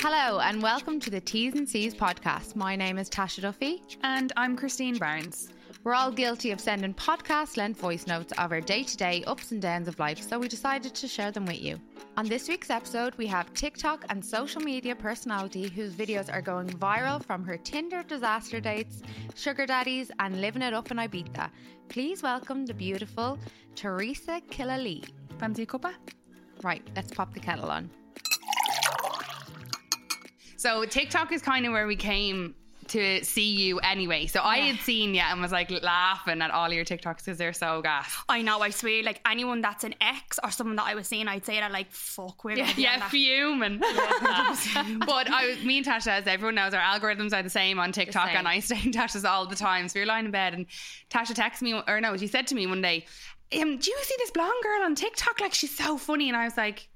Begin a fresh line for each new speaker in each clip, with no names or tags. Hello, and welcome to the T's and C's podcast. My name is Tasha Duffy.
And I'm Christine Barnes.
We're all guilty of sending podcast length voice notes of our day to day ups and downs of life, so we decided to share them with you. On this week's episode, we have TikTok and social media personality whose videos are going viral from her Tinder disaster dates, sugar daddies, and living it up in Ibiza. Please welcome the beautiful Teresa Killalee.
Fancy a cuppa?
Right, let's pop the kettle on.
So TikTok is kind of where we came to see you anyway. So I had seen you and was like laughing at all your TikToks because they're so gas.
I know, I swear, like anyone that's an ex or someone that I was seeing, I'd say that like, fuck, we're gonna be on
Yeah,
that.
fuming. but I, was- me and Tasha, as everyone knows, our algorithms are the same on TikTok,
same.
and I stay in Tasha's all the time. So we were lying in bed, and Tasha texted me, or no, she said to me one day, um, "Do you see this blonde girl on TikTok? Like she's so funny." And I was like.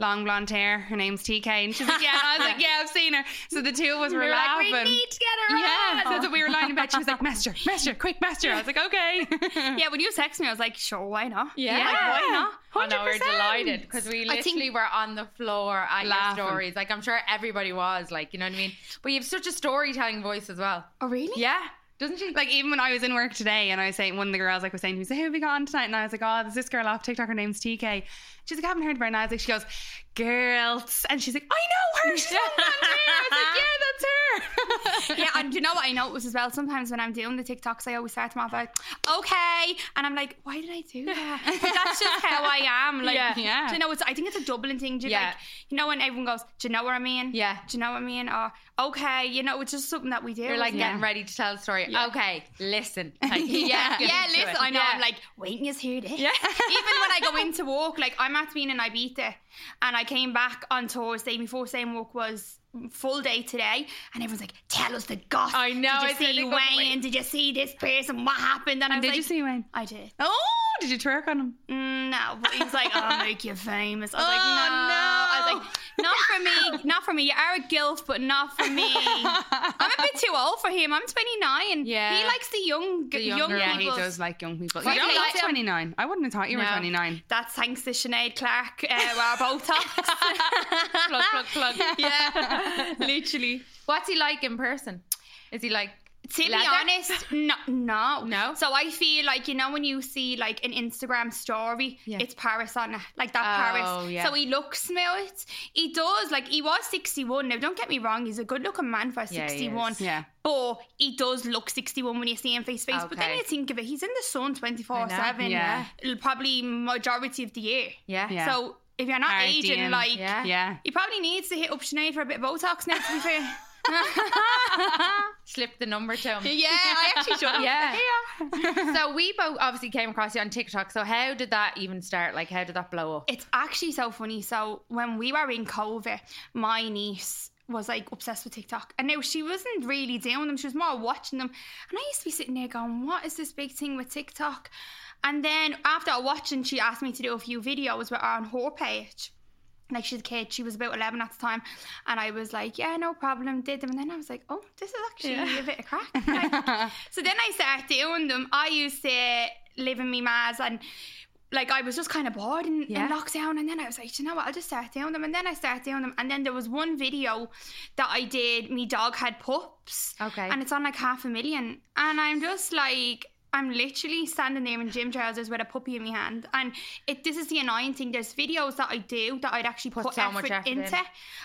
Long blonde hair. Her name's TK, and she's like, "Yeah." And I was like, "Yeah, I've seen her." So the two of us were,
We're like,
laughing.
we need to get her
yeah,
on.
so that we were lying in bed. She was like, "Master, master, quick, master." I was like, "Okay."
yeah, when you text me, I was like, sure, why not?
Yeah.
Like, why not?
I know we're
100%.
delighted because we
I
literally
think-
were on the floor at
Laughing.
your stories. Like I'm sure everybody was, like you know what I mean. But you have such a storytelling voice as well.
Oh, really?
Yeah, doesn't she?
Like even when I was in work today and I was saying one of the girls like was saying to me, so who have we got on tonight? And I was like, Oh, there's this girl off TikTok, her name's TK. She's like, I haven't heard of her and I was like, she goes, Girls and she's like, I know her, she's on that I was like, Yeah, that's her.
yeah, and do you know what I notice as well? Sometimes when I'm doing the TikToks, I always start them off like, okay. And I'm like, why did I do that? But that's just how I am. Like,
Yeah. Yeah.
Do you know, it's, I think it's a Dublin thing. Do you,
Yeah.
like, you know, when everyone goes, do you know what I mean?
Yeah.
Do you know what I mean? Or, okay, you know, it's just something that we do.
You're like
isn't it?
getting ready to tell a story. Okay, listen. Like,
yeah,
get
yeah.
into
Listen,
it.
I know.
Yeah.
I'm like waiting is here. Today. Yeah. Even when I go into walk, like I'm at being in Ibiza, and I came back on Thursday. My first day in walk was full day today, and everyone's like, "Tell us the gossip."
I know, I
Did
said
you see
it goes
Wayne?
away.
Did you see this person? What happened? And I was
Did
like,
you see Wayne?
I did.
Oh, did you twerk on him?
Mm, no, but he was like, "I'll make you famous." I was like,
Oh,
"No, I
no.
was like, "Not for me. Not for me. You are a gilf, but not for me." I'm a bit too old for him. I'm 29.
Yeah.
he likes the young, young
younger
people.
ones.
Yeah, he does like young people. You
Why
don't
do you
like
like him?
twenty nine. I wouldn't have thought you were
No.
twenty nine.
That's thanks to Sinead Clark, uh, our Botox.
plug, plug, plug.
yeah, literally.
What's he like in person? Is he like?
To
Leather?
be honest, no, no,
No?
So I feel like you know when you see like an Instagram story,
Yeah.
it's Paris on it, like that
Oh,
Paris.
yeah.
So he looks smooth. He does like he was sixty one. Now don't get me wrong, he's a good looking man for
Yeah, he
sixty one.
is.
Yeah.
But he does look 61 when you see him face to face. But then
Okay.
you think of it, he's in the sun 24
I
7,
know,
yeah.
probably majority of the year.
Yeah,
Yeah.
So if you're not
Hard
aging
DM.
like
Yeah.
Yeah.
he probably needs to hit up Sinead for a bit of Botox now, to be fair.
Slip the number to him.
yeah, I actually should have.
Yeah. so we both obviously came across you on TikTok. So how did that even start? Like how did that blow up?
It's actually so funny. So when we were in COVID, my niece was like obsessed with TikTok. And now she wasn't really doing them, she was more watching them. And I used to be sitting there going, What is this big thing with TikTok? And then after watching, she asked me to do a few videos with her on her page. like she's a kid she was about 11 at the time and i was like yeah no problem did them and then i was like oh this is actually a bit of crack Like, so then i started doing them i used to live in me ma's and like i was just kind of bored in,
Yeah.
in lockdown and then i was like "Do you know what i'll just start doing them and then i started doing them and then there was one video that i did me dog had pups
Okay.
and it's on like half a million and i'm just like I'm literally standing there in gym trousers with a puppy in my hand, and it, this is the annoying thing. There's videos that I do that I'd actually put,
Put so
effort
much effort in.
into,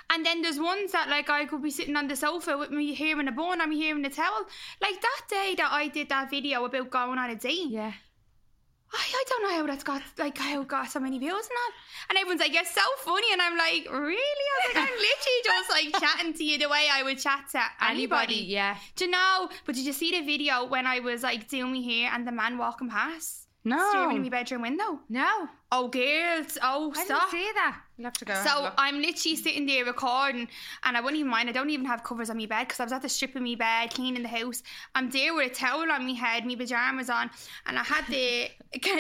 and then there's ones that like I could be sitting on the sofa with me hair in a bun, I'm here in a towel. Like that day that I did that video about going on a date,
Yeah.
I, I don't know how that's got like how it got so many views and that. And everyone's like, "You're so funny," and I'm like, "Really?" I was like, "I'm literally just like chatting to you the way I would chat to anybody."
Yeah.
Do you know? But did you see the video when I was like doing my hair and the man walking past,
Oh.
staring in my
No.
bedroom window?
No.
Oh, girls! Oh,
I didn't
stop!
see that. You'll have to go. have a
So uh,
look.
I'm literally sitting there recording, and I wouldn't even mind. I don't even have covers on my bed because I was at the strip of my bed, cleaning the house. I'm there with a towel on my head, my pajamas on, and I had the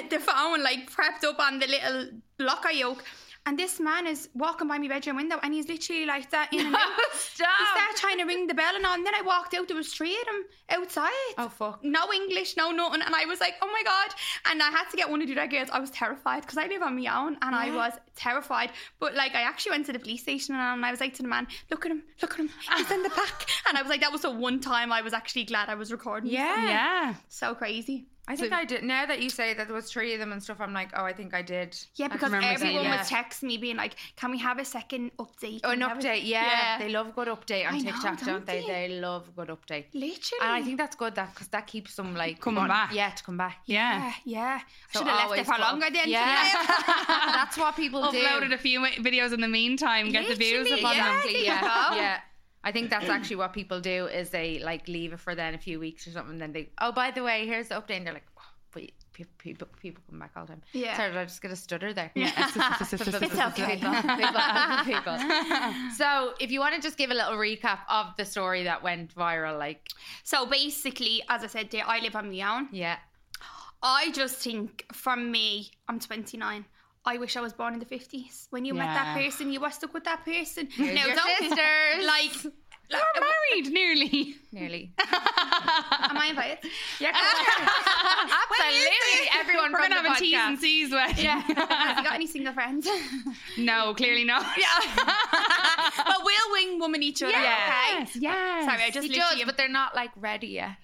the phone like prepped up on the little locker yoke. And this man is walking by my bedroom window and he's literally like that in and out. He started trying to ring the bell and all. And then I walked out, there was three of them outside.
Oh, fuck.
No English, no nothing. And I was like, oh my God. And I had to get one to do that, girls. I was terrified because I live on my own and I
Yeah.
was terrified. But like, I actually went to the police station and I was like to the man, look at him, look at him. He's in the back. And I was like, that was the one time I was actually glad I was recording.
Yeah.
Yeah.
So crazy.
I think I did. Now that you say that there was three of them and stuff, I'm like, oh, I think I did.
Yeah, because
remember
everyone
saying
that.
was texting me being like, can we have a second update?
Oh, an
Can we have a-
update. Yeah.
Yeah.
They love good update on
I know,
TikTok,
don't
don't, they?
they?
they? love good update.
Literally.
And I think that's good that because that keeps them like
Coming
on-
back.
Yeah, to come back.
Yeah.
Yeah, yeah.
So
I should have left
Ah. always
it for
put up-
longer then.
Yeah.
Yeah.
that's what people do.
Uploaded a few wi- videos in the meantime, get the views
Literally,
up on
yeah.
them.
Exactly,
there you
yeah,
go.
yeah. I think that's actually what people do is they like leave it for then a few weeks or something. Then they, oh, by the way, here's the update. And they're like, oh, but people, people, people come back all the time.
Yeah.
Sorry, did I just get a stutter there?
It's okay.
People, people, people. So, if you want to just give a little recap of the story that went viral, like,
so basically, as I said there, I live on my own.
yeah,
I just think from me, I'm 29. I wish I was born in the 50s. When you met that
Yeah.
person, you were stuck with that person.
Here's your sisters.
like,
You're married nearly.
nearly.
am I invited?
Yeah, absolutely. Everyone
We're
from
gonna
the
have a T's and
podcast.
C's wedding.
Have you got any single friends?
no, clearly not. Yeah.
but we'll wing woman each other, okay? Uh,
Yes. Yes.
Sorry, I just
He
literally
does, but they're not like ready yet.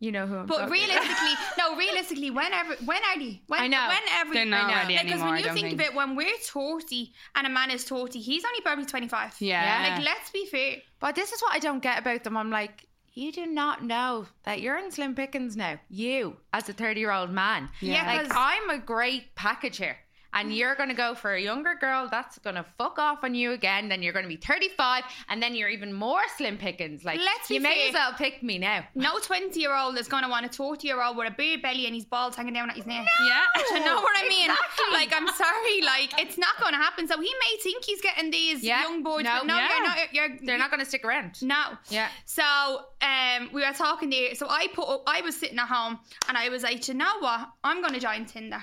You know who I'm
But
talking
realistically, no, realistically, whenever, when are they? When,
I know.
When every,
They're not
I know.
ready
Like,
anymore.
when
I
you
don't
think,
think.
of it, when we're 40 and a man is 40, he's only probably 25.
yeah.
Yeah.
Like, let's be fair.
But this is what I don't get about them. I'm like, you do not know that you're in slim pickings now. You, as a 30 year old man.
Yeah,
Like,
'cause-
I'm a great package here. And you're going to go for a younger girl that's going to fuck off on you again. Then you're going to be 35. And then you're even more slim pickings. Like,
Let's be
you may
fair.
as well pick me now.
No 20 year old is going to want a 40 year old with a bare belly and his balls hanging down at his neck.
yeah.
You know what I mean? Like, I'm sorry, like, it's not going to happen. So he may think he's getting these
Yeah.
young boys,
No,
but no,
yeah.
you're not. You're, you're,
They're not going to stick around.
No.
Yeah.
So um, we were talking there. So I put up. I was sitting at home and I was like, you know what? I'm gonna join Tinder.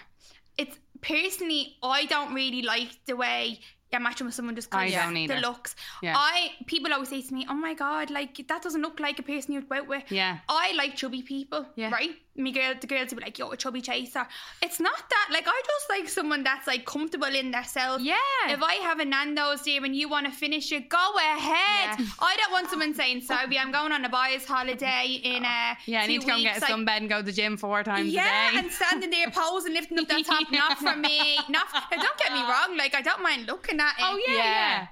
It's personally, I don't really like the way you're matching with someone just
I
because
don't
the
either.
looks.
Yeah.
I people always say to me, oh my god, like that doesn't look like a person you'd go out with.
Yeah.
I like chubby people,
Yeah.
right? Me girl, the girls would be like, "Yo, a chubby chaser." It's not that. Like, I just like someone that's like comfortable in themselves.
Yeah.
If I have a Nando's there and you want to finish it, go ahead.
Yeah.
I don't want someone saying, "Sorry, I'm going on a buyer's holiday in a
Yeah, I
few
need to go and
weeks."
get
Like,
some bed and go to the gym four times
yeah,
a day.
and standing there posing, lifting up that top, not for me. Not. For, don't get me wrong. Like I don't mind looking at it.
oh yeah, yeah.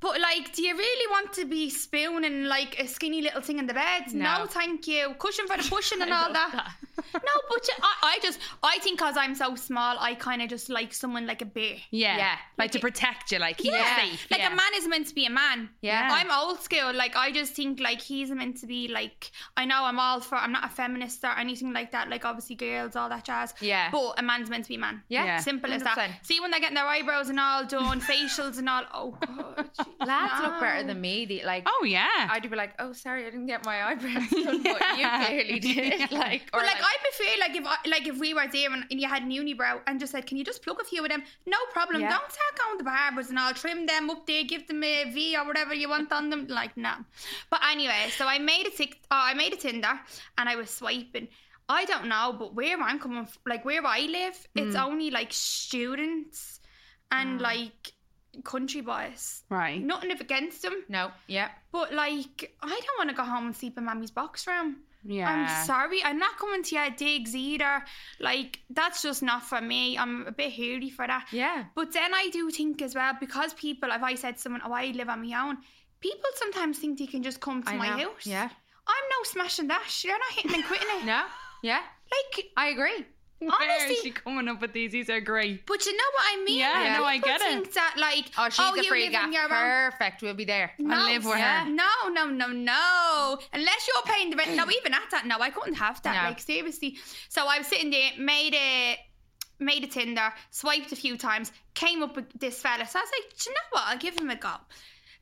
But like, do you really want to be spooning like a skinny little thing in the bed?
No.
No, thank you. Cushion for the pushing and
I
all
love
that.
that.
no, but you- I, I just, I think because I'm so small, I kind of just like someone like a bear.
Yeah.
Yeah.
Like, to protect you, like keep
Yeah.
you safe.
Like
yeah.
a man is meant to be a man.
Yeah.
I'm old school. Like I just think like he's meant to be like I know I'm all for I'm not a feminist or anything like that. Like obviously girls, all that jazz.
Yeah.
But a man's meant to be a man.
Yeah.
Yeah.
Simple as that.
100%.
See when they're getting their eyebrows and all done, facials and all. Oh god. jeez,
Lads
no.
look better than me. The- Like,
Oh yeah.
I'd be like, oh, sorry, I didn't get my eyebrows done, but you
Yeah.
clearly did. Like, or
But like, I prefer like if I, like if we were there and, and you had an unibrow and just said, can you just pluck a few of them? No problem.
Yeah.
Don't tack on the barbers and I'll trim them up there, give them a V or whatever you want on them. Like no. But anyway, so I made a tick. Oh, I made a Tinder and I was swiping. I don't know, but where I'm coming, f like where I live, it's
Mm.
only like students and like country boys.
right.
Nothing of against them,
no, yeah,
but like I don't want to go home and sleep in Mammy's box room.
yeah.
I'm sorry, I'm not coming to your digs either. Like, that's just not for me. I'm a bit hairy for that.
yeah.
But then I do think as well, because people, if I said to someone, oh, I live on my own, people sometimes think they can just come to
I
my
know.
house.
Yeah,
I'm no smashing dash. You're not hitting and quitting it.
no, yeah.
Like,
I agree.
Where is
honestly-
she coming up with these? These are great.
but you know what I mean?
Yeah,
Like,
no, I
people
get it.
think that, like,
Oh, she's
oh,
the
you
free
live
gap.
on your own.
Perfect. We'll be there.
No,
live with
her.
No, no, no, no. Unless you're paying the
Mm.
rent. No, even at that, no, I couldn't have that.
No.
Like seriously. So I was sitting there, made a made a Tinder, swiped a few times, came up with this fella. So I was like, Do you know what? I'll give him a go.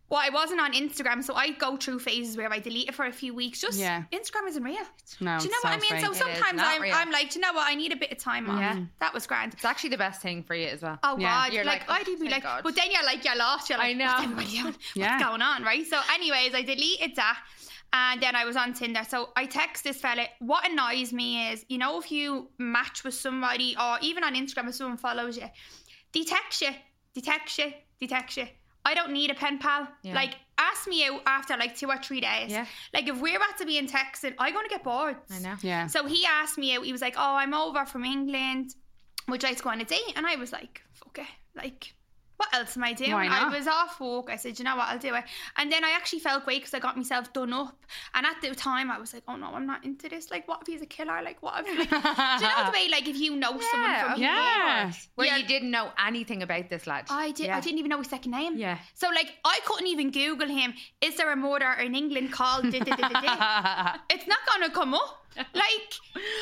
Well, I wasn't on Instagram, so I go through phases where I delete it for a few weeks. Just
Yeah.
Instagram isn't real.
No,
Do you know
it's
what
so
I mean? So
fake.
It is
sometimes
not
I'm,
real.
I'm like, do you know what? I need a bit of time off.
Yeah.
That was grand.
It's actually the best thing for you as well.
Oh
Yeah.
God!
You're
like,
like,
I do be
"Oh,
like,
thank God."
but then you're like, you're lost. You're like,
I know.
What's, everybody on? What's
Yeah.
going on, right? So, anyways, I deleted that, and then I was on Tinder. So I text this fella. What annoys me is, you know, if you match with somebody, or even on Instagram, if someone follows you, they text you, they text you, they text you. I don't need a pen pal.
Yeah.
Like, ask me out after like two or three days.
Yeah.
Like, if we're about to be in texting, I'm gonna get bored.
I know.
Yeah.
So he asked me out. He was like, "Oh, I'm over from England. Would you like to go on a date?" And I was like, "Fuck it. Like, what else am I doing?"
Why not?
I was off work. I said, "You know what? I'll do it." And then I actually felt great because I got myself done up. And at the time, I was like, "Oh no, I'm not into this. Like, what if he's a killer? Like, what if?" Like, do you know the way? Like, if you know someone
Yeah,
from
of
here,
Yeah.
course. Where
Yeah.
you didn't know anything about this lad.
I did.
Yeah.
I didn't even know his second name.
Yeah.
So like, I couldn't even Google him. Is there a murder in England called? da- da- da- da- da?" it's not gonna come up. Like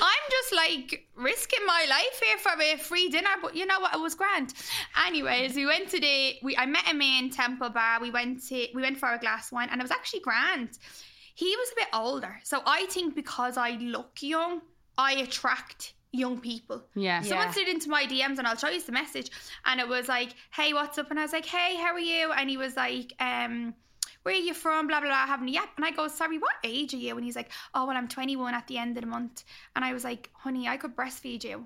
I'm just like risking my life here for a free dinner, but you know what? It was grand. Anyways, we went to the we I met him in Temple Bar. We went to we went for a glass of wine, and it was actually grand. He was a bit older, so I think because I look young, I attract young people.
yeah.
So-
Someone slid into my DMs and I'll show you the message. And it was like, hey, what's up? And I was like, hey, how are you? And he was like, um, where are you from? Blah, blah, blah, having a yap. And I go, sorry, what age are you? And he's like, oh, well, I'm 21 at the end of the month. And I was like, honey, I could breastfeed you.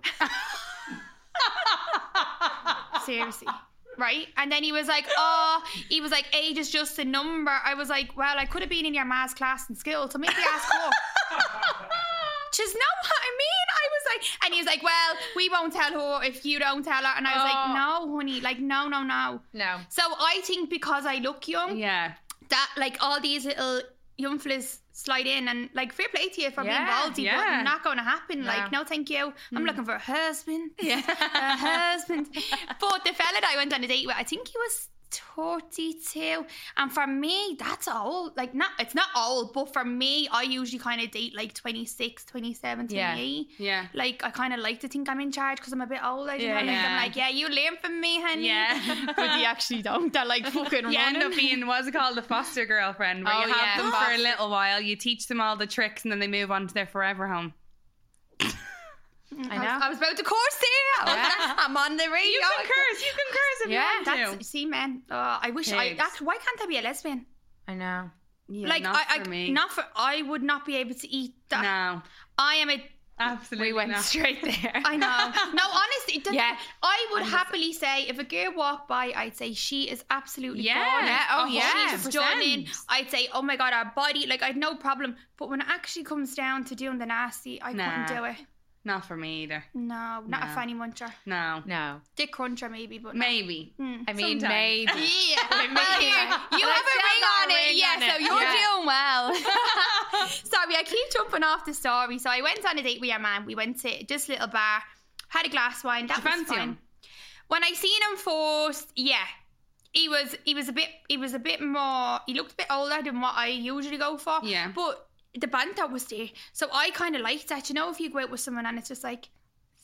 Seriously. Right? And then he was like, oh, he was like, age is just a number. I was like, well, I could have been in your maths class in school, so maybe ask her. She's know what I mean. I was like, and he was like, well, we won't tell her if you don't tell her. And I was
Oh.
like, no, honey, like, no, no, no.
No.
So I think because I look young,
yeah.
that like all these little young fellas slide in and like fair play to you for being
Yeah,
ballsy,
yeah. Mm.
but not going to happen.
No.
Like, no, thank you. I'm looking for a husband. a
Yeah.
husband. But the fella that I went on a date with, I think he was 32. And for me, that's old. Like, not, it's not old, but for me, I usually kind of date like 26, 27,
Yeah.
28.
Yeah.
Like, I kind of like to think I'm in charge because I'm a bit older. You
Yeah,
know? Like,
yeah.
I'm like, yeah, you learn from me, honey.
Yeah.
but they actually don't. They're like fucking
You end
running.
up being what's it called the foster girlfriend, where
Oh,
you have
yeah.
them for a little while, you teach them all the tricks, and then they move on to their forever home.
I
Mm, I, was,
know.
I was about to course there. I was
Yeah.
like, I'm on the radio.
You can curse, you can curse if
Yeah,
you
That's
want to.
see, man. Uh, I wish I.
Pigs.
That's, why can't I be a lesbian?
I know.
Yeah,
like
not
I, I
for me.
not for. I would not be able to eat that.
no,
I am a.
absolutely
We went
not.
straight there.
I know. no, honestly, it doesn't-
Yeah.
I would happily say if a girl walked by, I'd say she is absolutely
Yeah,
gorgeous.
yeah, oh,
She's
yeah.
stunning.
100%.
I'd say, oh my god, our body, like I'd no problem. But when it actually comes down to doing the nasty, I
Nah.
couldn't do it.
Not for me either.
No, not a
No.
fanny muncher.
No,
No.
Dick cruncher maybe, but no.
maybe.
Mm.
I mean,
Sometimes.
maybe.
Yeah, well, here, you
But I
have a
still
ring
got a
on it.
ring
yeah,
on it.
so you're
Yeah.
doing well. Sorry, I keep jumping off the story. So I went on a date with your man. We went to this little bar, had a glass of wine. That
Did you
was
fancy
fine.
him?
When I seen him first, yeah, he was he was a bit he was a bit more. He looked a bit older than what I usually go for.
Yeah.
but the banter was there, so I kind of liked that. You know, if you go out with someone and it's just like.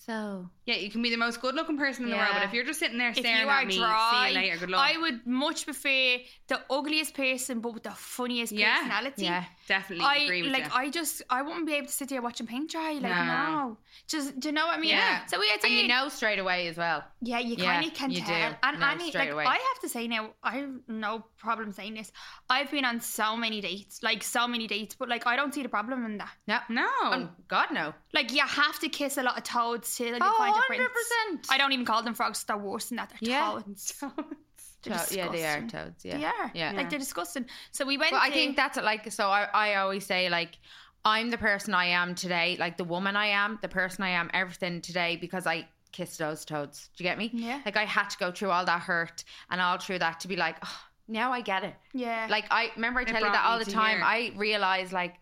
So.
Yeah, you can be the most good-looking person in the world,
Yeah.
but if you're just sitting there
If
staring
you
at
are
me,
dry,
see you later. Good luck.
I would much prefer the ugliest person, but with the funniest
Yeah.
personality.
Yeah.
Definitely
I
agree with
like.
you.
I just. I wouldn't be able to sit here watching paint dry. Like
No.
no. Just. Do you know what I mean?
Yeah.
So we had to.
And you know straight away as well.
yeah, you
Yeah,
kind of can
you
tell.
do.
And
No,
Annie,
straight
like,
away.
I have to say now, I have no problem saying this. I've been on so many dates, like so many dates, but like I don't see the problem in that.
No.
no,
Oh, God, no.
Like you have to kiss a lot of toads to like,
Oh,
find a prince.
100%.
I don't even call them frogs. They're worse than that. They're
Yeah.
toads. They're
To- yeah, they are
disgusting.
toads. Yeah.
They are.
Yeah.
Like they're disgusting. So we went.
Well, I
to-
think that's it, like so. I, I always say like I'm the person I am today, like the woman I am, the person I am, everything today because I kissed those toads. Do you get me?
Yeah.
Like I had to go through all that hurt and all through that to be like, oh, now I get it.
Yeah.
Like I remember I tell you
brought
that all
you
the
to
time.
here.
I realized like,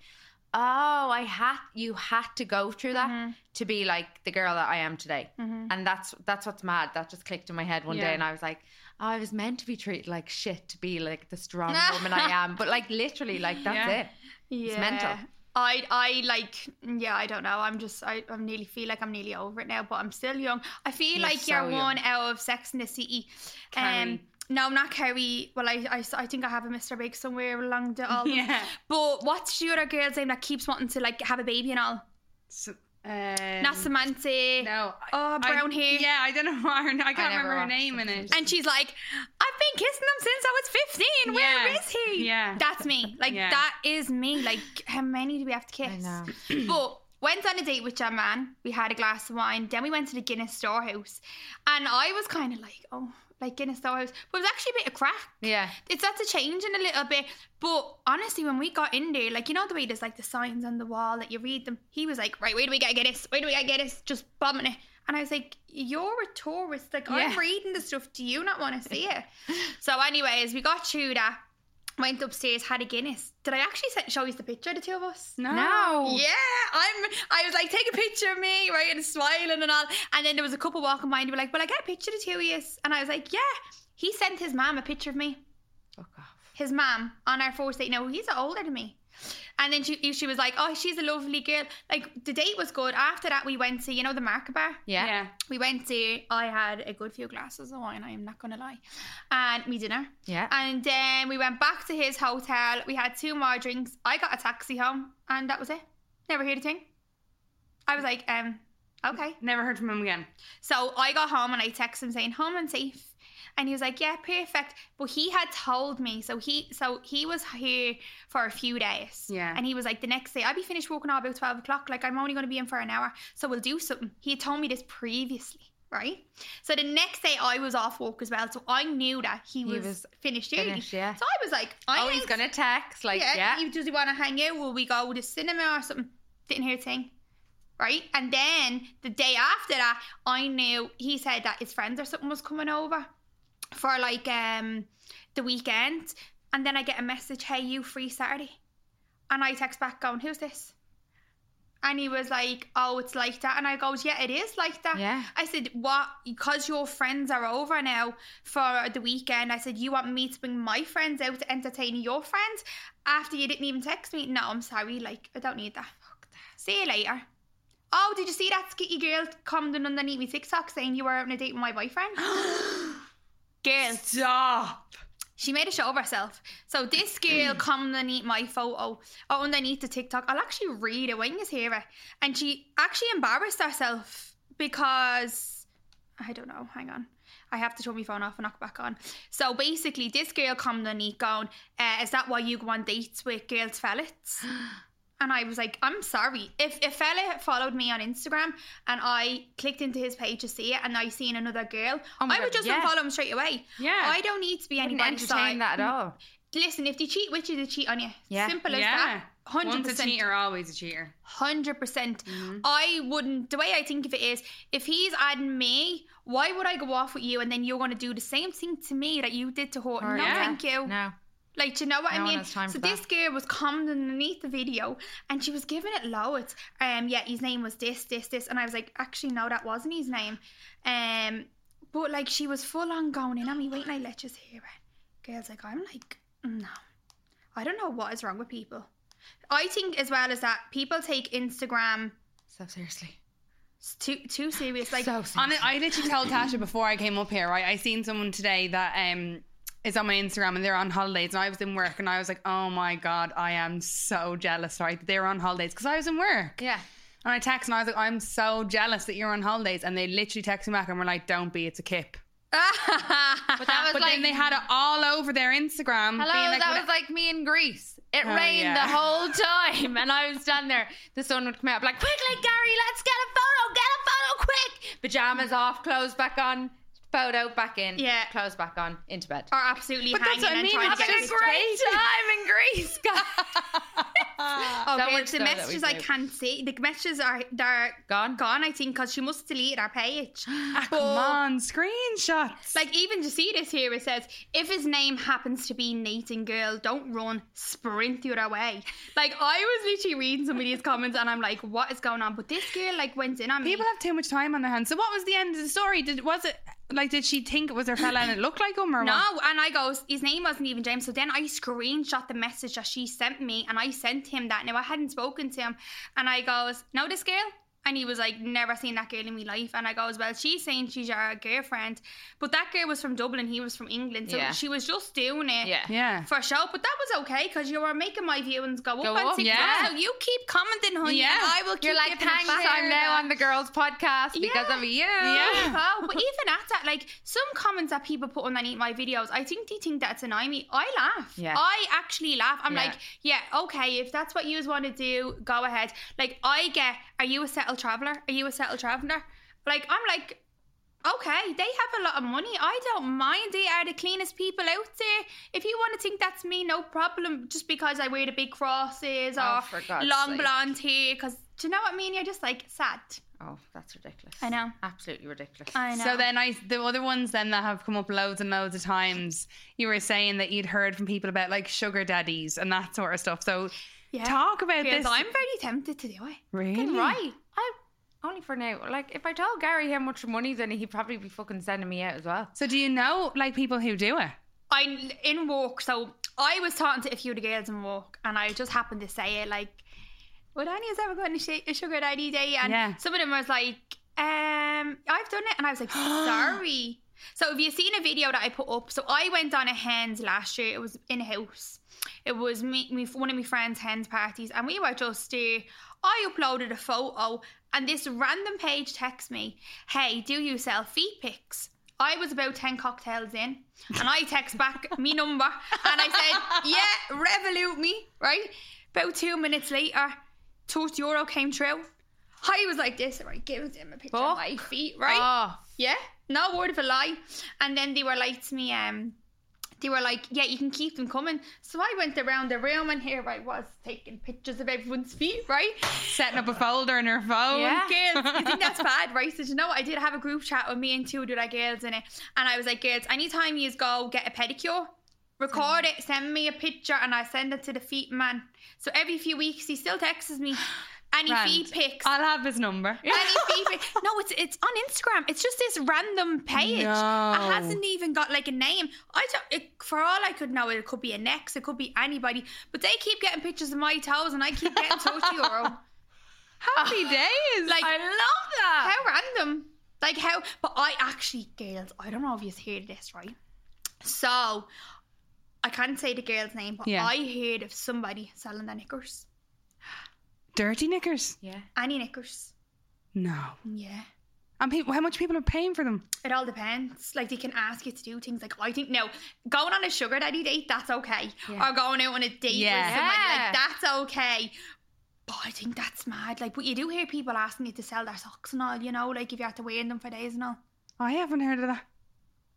oh, I had you had to go through that to be like the girl that I am today,
Mm-hmm.
and that's that's what's mad. That just clicked in my head one
Yeah.
day, and I was like. oh, I was meant to be treated like shit to be like the strong woman I am, but like literally, like that's
Yeah.
it.
yeah.
mental.
I I like yeah I don't know I'm just I I nearly feel like I'm nearly over it now but I'm still young I feel
You're
like you're
so young.
one out of Sex in the City,
Carrie.
um No, not Kerry. Well, I, I, I think I have a Mr. Big somewhere along the all.
Yeah.
But what's the other girl's name that keeps wanting to like have a baby and all?
So, um,
Not Samantha.
No.
Oh, brown
I,
hair.
Yeah, I don't know why. Her, I can't
never
remember her
watched
name
it.
in it.
And she's like, I've been kissing him since I was 15. Where
Yeah.
is he?
Yeah.
That's me. Like,
Yeah.
that is me. Like, how many do we have to kiss?
I know.
But went on a date with your man. We had a glass of wine. Then we went to the Guinness Storehouse. And I was kind of like, oh, like Guinness Storehouse. But it was actually a bit of crack.
Yeah.
It's had to change in a little bit. But honestly, when we got in there, like, you know the way there's like the signs on the wall that you read them? He was like, right, where do we get Guinness? Where do we get Guinness? Just bombing it. And I was like, you're a tourist. Like,
Yeah.
I'm reading the stuff. Do you not want to see it? so, anyways, we got chewed at. Went upstairs, had a Guinness. Did I actually se- show you the picture of the two of us?
no. Oh.
No.
Yeah, I'm. I was like, take a picture of me, right, and smiling and all. And then there was a couple walking by, and they were like, "Well, I get a picture of the two of you." And I was like, "Yeah." He sent his mom a picture of me,
Fuck off.
his mom, on our first date. Now he's older than me. And then she she was like, "Oh, she's a lovely girl." Like the date was good. After that, we went to you know the market bar.
Yeah.
Yeah.
We went to. I had a good few glasses of wine. I am not gonna lie, and we dinner.
Yeah.
And then we went back to his hotel. We had two more drinks. I got a taxi home, and that was it. Never heard a thing. I was like, um, okay.
Never heard from him again.
So I got home and I texted him saying, "Home and safe," and he was like, "Yeah, perfect." But he had told me, so he, so he was here for a few days.
Yeah.
And he was like, "The next day, I'll be finished working all about twelve o'clock. Like, I'm only going to be in for an hour, so we'll do something." He had told me this previously. Right, so the next day I was off work as well, so I knew that he was,
was
finished early.
Finished, yeah.
So I was like, I
Oh, he's
ain't-
gonna text like
yeah,
yeah.
he- does he want to hang out? Will we go to cinema or something? Didn't hear a thing. Right? And then the day after that, I knew he said that his friends or something was coming over for like um the weekend. And then I get a message, hey, you free Saturday? And I text back going, who's this? And he was like, oh, it's like that. And I goes, yeah, it is like that.
Yeah.
I said, what? Because your friends are over now for the weekend. I said, you want me to bring my friends out to entertain your friends after you didn't even text me? No, I'm sorry. Like, I don't need that. See you later. Oh, did you see that skitty girl commenting underneath me TikTok saying you were out on a date with my boyfriend? girl,
Stop.
she made a show of herself. So this girl
Mm.
come underneath my photo or underneath the TikTok. I'll actually read it when you hear it. And she actually embarrassed herself because I don't know, hang on. I have to turn my phone off and knock it back on. So basically this girl come underneath going, uh, is that why you go on dates with girls fellets? And I was like, I'm sorry. If a fella had followed me on Instagram and I clicked into his page to see it and I seen another girl,
Oh my
I would
God,
just
yeah.
unfollow him straight away.
Yeah.
I don't need to be
Wouldn't
anybody's
entertain
side.
that at all.
Listen, if they cheat with you, they cheat on you.
Yeah.
Simple as
yeah.
that. Hundred
Once a
percent. Mm-hmm.
cheater, always a cheater.
Hundred percent. I wouldn't. The way I think of it is, if he's adding me, why would I go off with you and then you're going to do the same thing to me that you did to her?
Or-
no,
yeah.
thank you.
No.
Like, do you know what
No
I
one
mean?
has time
so
for
this
that.
girl was commenting underneath the video, and she was giving it loads. Um, yeah, his name was this, this, this, and I was like, actually, no, that wasn't his name. Um, but like, she was full on going in on me. Wait, and I let you hear it. Girls, like, I'm like, no, I don't know what is wrong with people. I think as well as that people take Instagram
So seriously.
s- too too serious. Like,
so seriously.
On I literally told Tasha before I came up here, right? I seen someone today that um is on my Instagram and they're on holidays and I was in work and I was like, oh my god, I am so jealous, right? that They're on holidays because I was in work.
yeah.
And I text and I was like, I'm so jealous that you're on holidays. And they literally text me back and were like, don't be, it's a kip.
But that was
But
like
then they had it all over their Instagram.
Hello,
being like,
that
"What-
was like me in Greece. It
Oh,
rained
yeah.
the whole time, and I was down there. The sun would come out, I'd be like, quickly, Gary, let's get a photo, get a photo, quick. Pajamas off, clothes back on, photo back in,
Yeah.
clothes back on, into bed.
are absolutely
But
hanging
that's what I
and
mean,
trying to
having
get
a
pictures.
time in
great
Greece,
Oh,
So
okay,
much so
the
that we
messages I
broke.
can't see. The messages are they're
Gone?
gone. I think because she must have deleted our page. But,
Come on, screenshots.
Like even to see this here, it says if his name happens to be Nathan Girl, don't run, sprint the other way. Like I was literally reading some of these comments and I'm like, what is going on? But this girl like went in on me.
People have too much time on their hands. So what was the end of the story? Did was it like did she think it was her fella and it looked like him or
no,
what?
and I goes, his name wasn't even James. So then I screenshot the message that she sent me, and I sent him that. Now I hadn't spoken to him, and I goes, "No, this girl, And he was like, never seen that girl in my life. And I goes, well, she's saying she's your girlfriend. But that girl was from Dublin, he was from England. So
Yeah.
she was just doing it
Yeah.
Yeah.
for show. But that was okay because you were making my viewings go,
Go
up on
up,
TikTok.
yeah.
So you keep commenting, honey.
Yeah.
And I will keep
You're like,
giving it
thanks,
back."
I'm now on the girls' podcast because
Yeah.
of you.
Yeah.
Oh, but even at that, like some comments that people put on any of my videos, I think they think that's annoying me. I laugh.
Yeah.
I actually laugh. I'm
Yeah.
like, yeah, okay, if that's what you want to do, go ahead. Like I get, are you a settled traveler? Are you a settled traveler? Like I'm like, okay, they have a lot of money. I don't mind. They are the cleanest people out there. If you want to think that's me, no problem. Just because I wear the big crosses
Oh,
or
for God's
long
sake.
blonde hair, because do you know what I mean? You're just like sad.
Oh, that's ridiculous.
I know.
Absolutely ridiculous.
I know.
So then I the other ones then that have come up loads and loads of times. You were saying that you'd heard from people about like sugar daddies and that sort of stuff. So
Yeah.
talk about
Because
this.
I'm very tempted to do it.
really
Right. I only for now. Like if I told Gary how much money's in it, he'd probably be fucking sending me out as well.
So do you know like people who do it?
I in walk, so I was talking to a few of the girls in walk, and I just happened to say it like, "Would any has ever gotten a, sh- a sugar daddy day?" And
Yeah.
some of them was like, "Um, I've done it," and I was like, "Sorry." So if you've seen a video that I put up, so I went on a hens last year. It was in a house. It was me, me one of my friends' hens parties, and we were just there. I uploaded a photo, and this random page texts me, "Hey, do you sell feet pics?" I was about ten cocktails in, and I text back me number, and I said, "Yeah, revolute me, right?" About two minutes later, Toast Euro came through. I was like this, right? Give him a picture of my feet, right?
Oh,
Yeah, no word of a lie. And then they were like to me, um, they were like, yeah, you can keep them coming. So I went around the room and here I was taking pictures of everyone's feet, right?
Setting up a folder in her phone.
Yeah.
Girls, you think that's bad, right? So do you know what? I did have a group chat with me and two other girls in it. And I was like, girls, anytime you go get a pedicure, record it, send me a picture and I send it to the feet man. So every few weeks he still texts me, any
Grand.
feet pics.
I'll have his number.
Any fever. No, it's it's on Instagram. It's just this random page.
No.
It hasn't even got like a name. I don't. It, for all I could know, it could be a Nex. It could be anybody. But they keep getting pictures of my toes, and I keep getting Tokyo.
Happy days.
Like
I love that.
how random. Like how. But I actually, girls. I don't know if you heard this right. So. I can't say the girl's name, but
Yeah.
I heard of somebody selling their knickers.
dirty knickers.
Yeah.
Any knickers.
No.
Yeah.
And people, how much people are paying for them?
It all depends. Like they can ask you to do things. Like I think no, going on a sugar daddy date that's okay,
Yeah.
or going out on a date
Yeah.
with somebody
Yeah.
like that's okay. But I think that's mad. Like, but you do hear people asking you to sell their socks and all. You know, like if you have to wear them for days and all.
I haven't heard of that.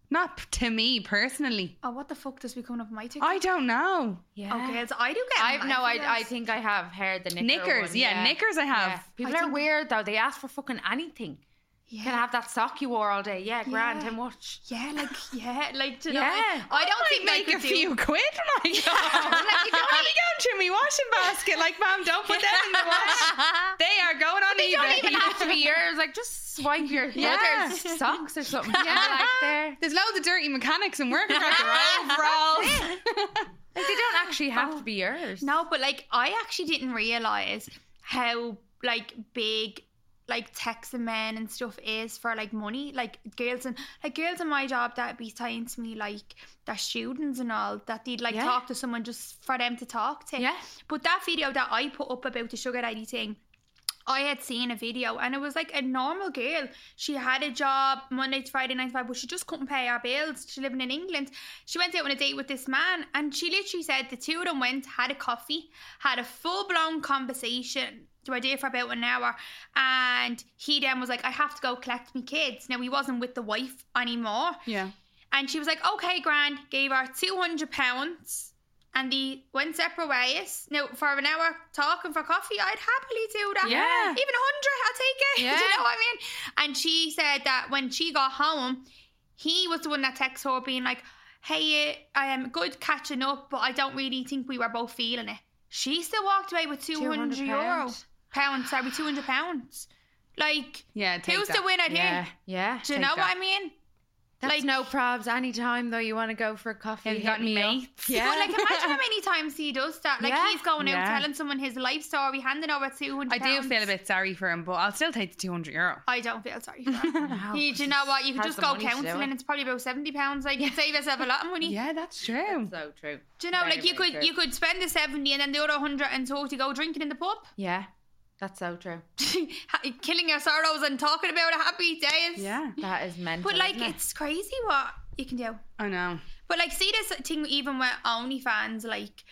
Not p- to me personally.
Oh, what the fuck does we coming up with my ticket?
I don't know.
Yeah.
Oh, girls, I do get.
I've
mad
no.
for
I I
this.
think I have heard the knicker
Knickers,
one,
yeah, knickers I have.
People
I
are
think-
weird though. They ask for fucking anything.
yeah.
Can I have that sock you wore all day? Yeah, grand.
Yeah.
How much?
yeah, like yeah, like do you know,
Yeah.
I don't think
make
they
a
could do-
few quid when I go.
Like, you know,
I'll be going through my washing basket. Like, mom, don't put them in the wash. They are going on
They don't
eBay.
even have to be yours. Like just swipe your
Yeah.
brother's socks or something. Yeah, like there.
There's loads of dirty mechanics and work across the road,
Like they don't actually have to be yours.
No, but like I actually didn't realize how like big like texting men and stuff is for like money. Like girls and like girls in my job that be saying to me like they're students and all that they'd like
Yeah.
talk to someone just for them to talk to.
Yeah.
But that video that I put up about the sugar daddy thing. I had seen a video and it was like a normal girl. She had a job Monday to Friday, nine to five, but she just couldn't pay her bills. She's living in England. She went out on a date with this man and she literally said the two of them went, had a coffee, had a full blown conversation. They were there for about an hour. And he then was like, I have to go collect me kids. Now he wasn't with the wife anymore.
Yeah.
And she was like, okay, grand, gave her £200. And they went separate ways. Now, for an hour talking for coffee, I'd happily do that.
Yeah.
Even 100, I'll take it. Do
Yeah.
you know what I mean? And she said that when she got home, he was the one that texted her, being like, hey, I am good catching up, but I don't really think we were both feeling it. She still walked away with 200, euro.
€200.
Pounds, sorry, 200 pounds. Like,
Yeah, take
who's
that.
the winner here?
Yeah.
Do you
take
know
that.
what I mean?
That's
Like-
no probs. Anytime though you want to go for a coffee.
Have you
hit
got uh,
me up.
mates?
Yeah.
But like, imagine how many times he does that. Like,
Yeah.
he's going out
Yeah.
telling someone his life story, handing over two hundred.
I do feel a bit sorry for him, but I'll still take the 200 euro.
I don't feel sorry for him.
No,
You, do you know what? You could
Has
just
the
go
money to do
counselling.
it.
It's probably about seventy pounds. Like, you save yourself a lot of money.
Yeah, that's true.
so true.
Do you know?
Very,
like, you
very
could
true.
you could spend the seventy and then the other hundred and talk to go drinking in the pub,
Yeah, that's so true.
killing your sorrows and talking about happy days.
Yeah,
That is mental.
But like,
isn't it?
it's crazy what you can do.
I know.
But like, see this thing even with OnlyFans, like.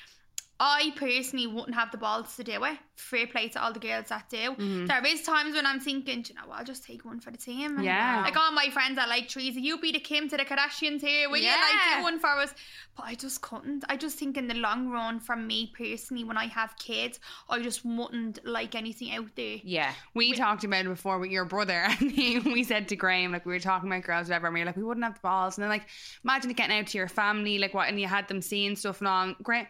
I personally wouldn't have the balls to do it. Fair play to all the girls that do.
Mm-hmm.
There is times when I'm thinking, "Do you know, what? I'll just take one for the team. And
Yeah.
Like all my friends are like, Teresa, you be the Kim to the Kardashians here. Will you like
Yeah.
do one for us? But I just couldn't. I just think in the long run, for me personally, when I have kids, I just wouldn't like anything out there.
yeah,
We talked about it before with your brother, and he, we said to Graham, like, we were talking about girls, whatever, and we were like, we wouldn't have the balls. And then, like, imagine it getting out to your family, like, what, and you had them seeing stuff and all. And Graham,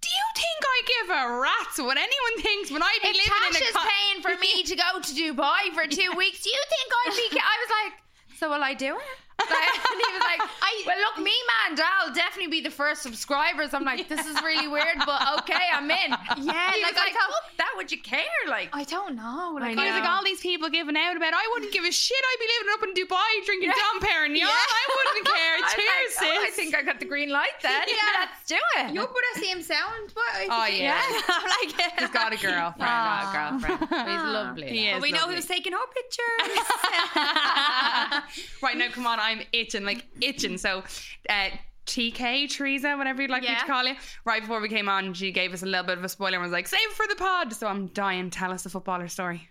do you think I give a rat's what anyone thinks when I be
if
living
Tash
in a
is
co-
paying for me to go to Dubai for two weeks, do you think I'd be? I was like, so will I do it? Like, and he was like,
I-
well, look, me, man, I'll definitely be the first subscribers. I'm like, this is really weird, but okay, I'm in.
Yeah,
he
like,
was
I
like, "Oh,
thought-
"Fuck that would you care? Like,
I don't know. Like,
know.
He was like,
Yeah.
all these people giving out about, I wouldn't give a shit. I'd be living up in Dubai drinking Dom Perignon. I wouldn't
"Oh, I
care.
was
Cheers,
like, oh, I
sis.
think I got the green light then.
Yeah.
let's do it.
Your brother same sound, but
Oh, yeah.
I'm like,
He's got a girlfriend.
Not a girlfriend. but He's
Aw.
lovely.
He
though.
is.
But we know
lovely.
who's taking her pictures.
right now, come on, I'm itching, like itching. So, uh, TK, Teresa, whatever you'd like me
Yeah.
to call you. Right before we came on, she gave us a little bit of a spoiler and was like, save it for the pod. So I'm dying. Tell us the footballer story.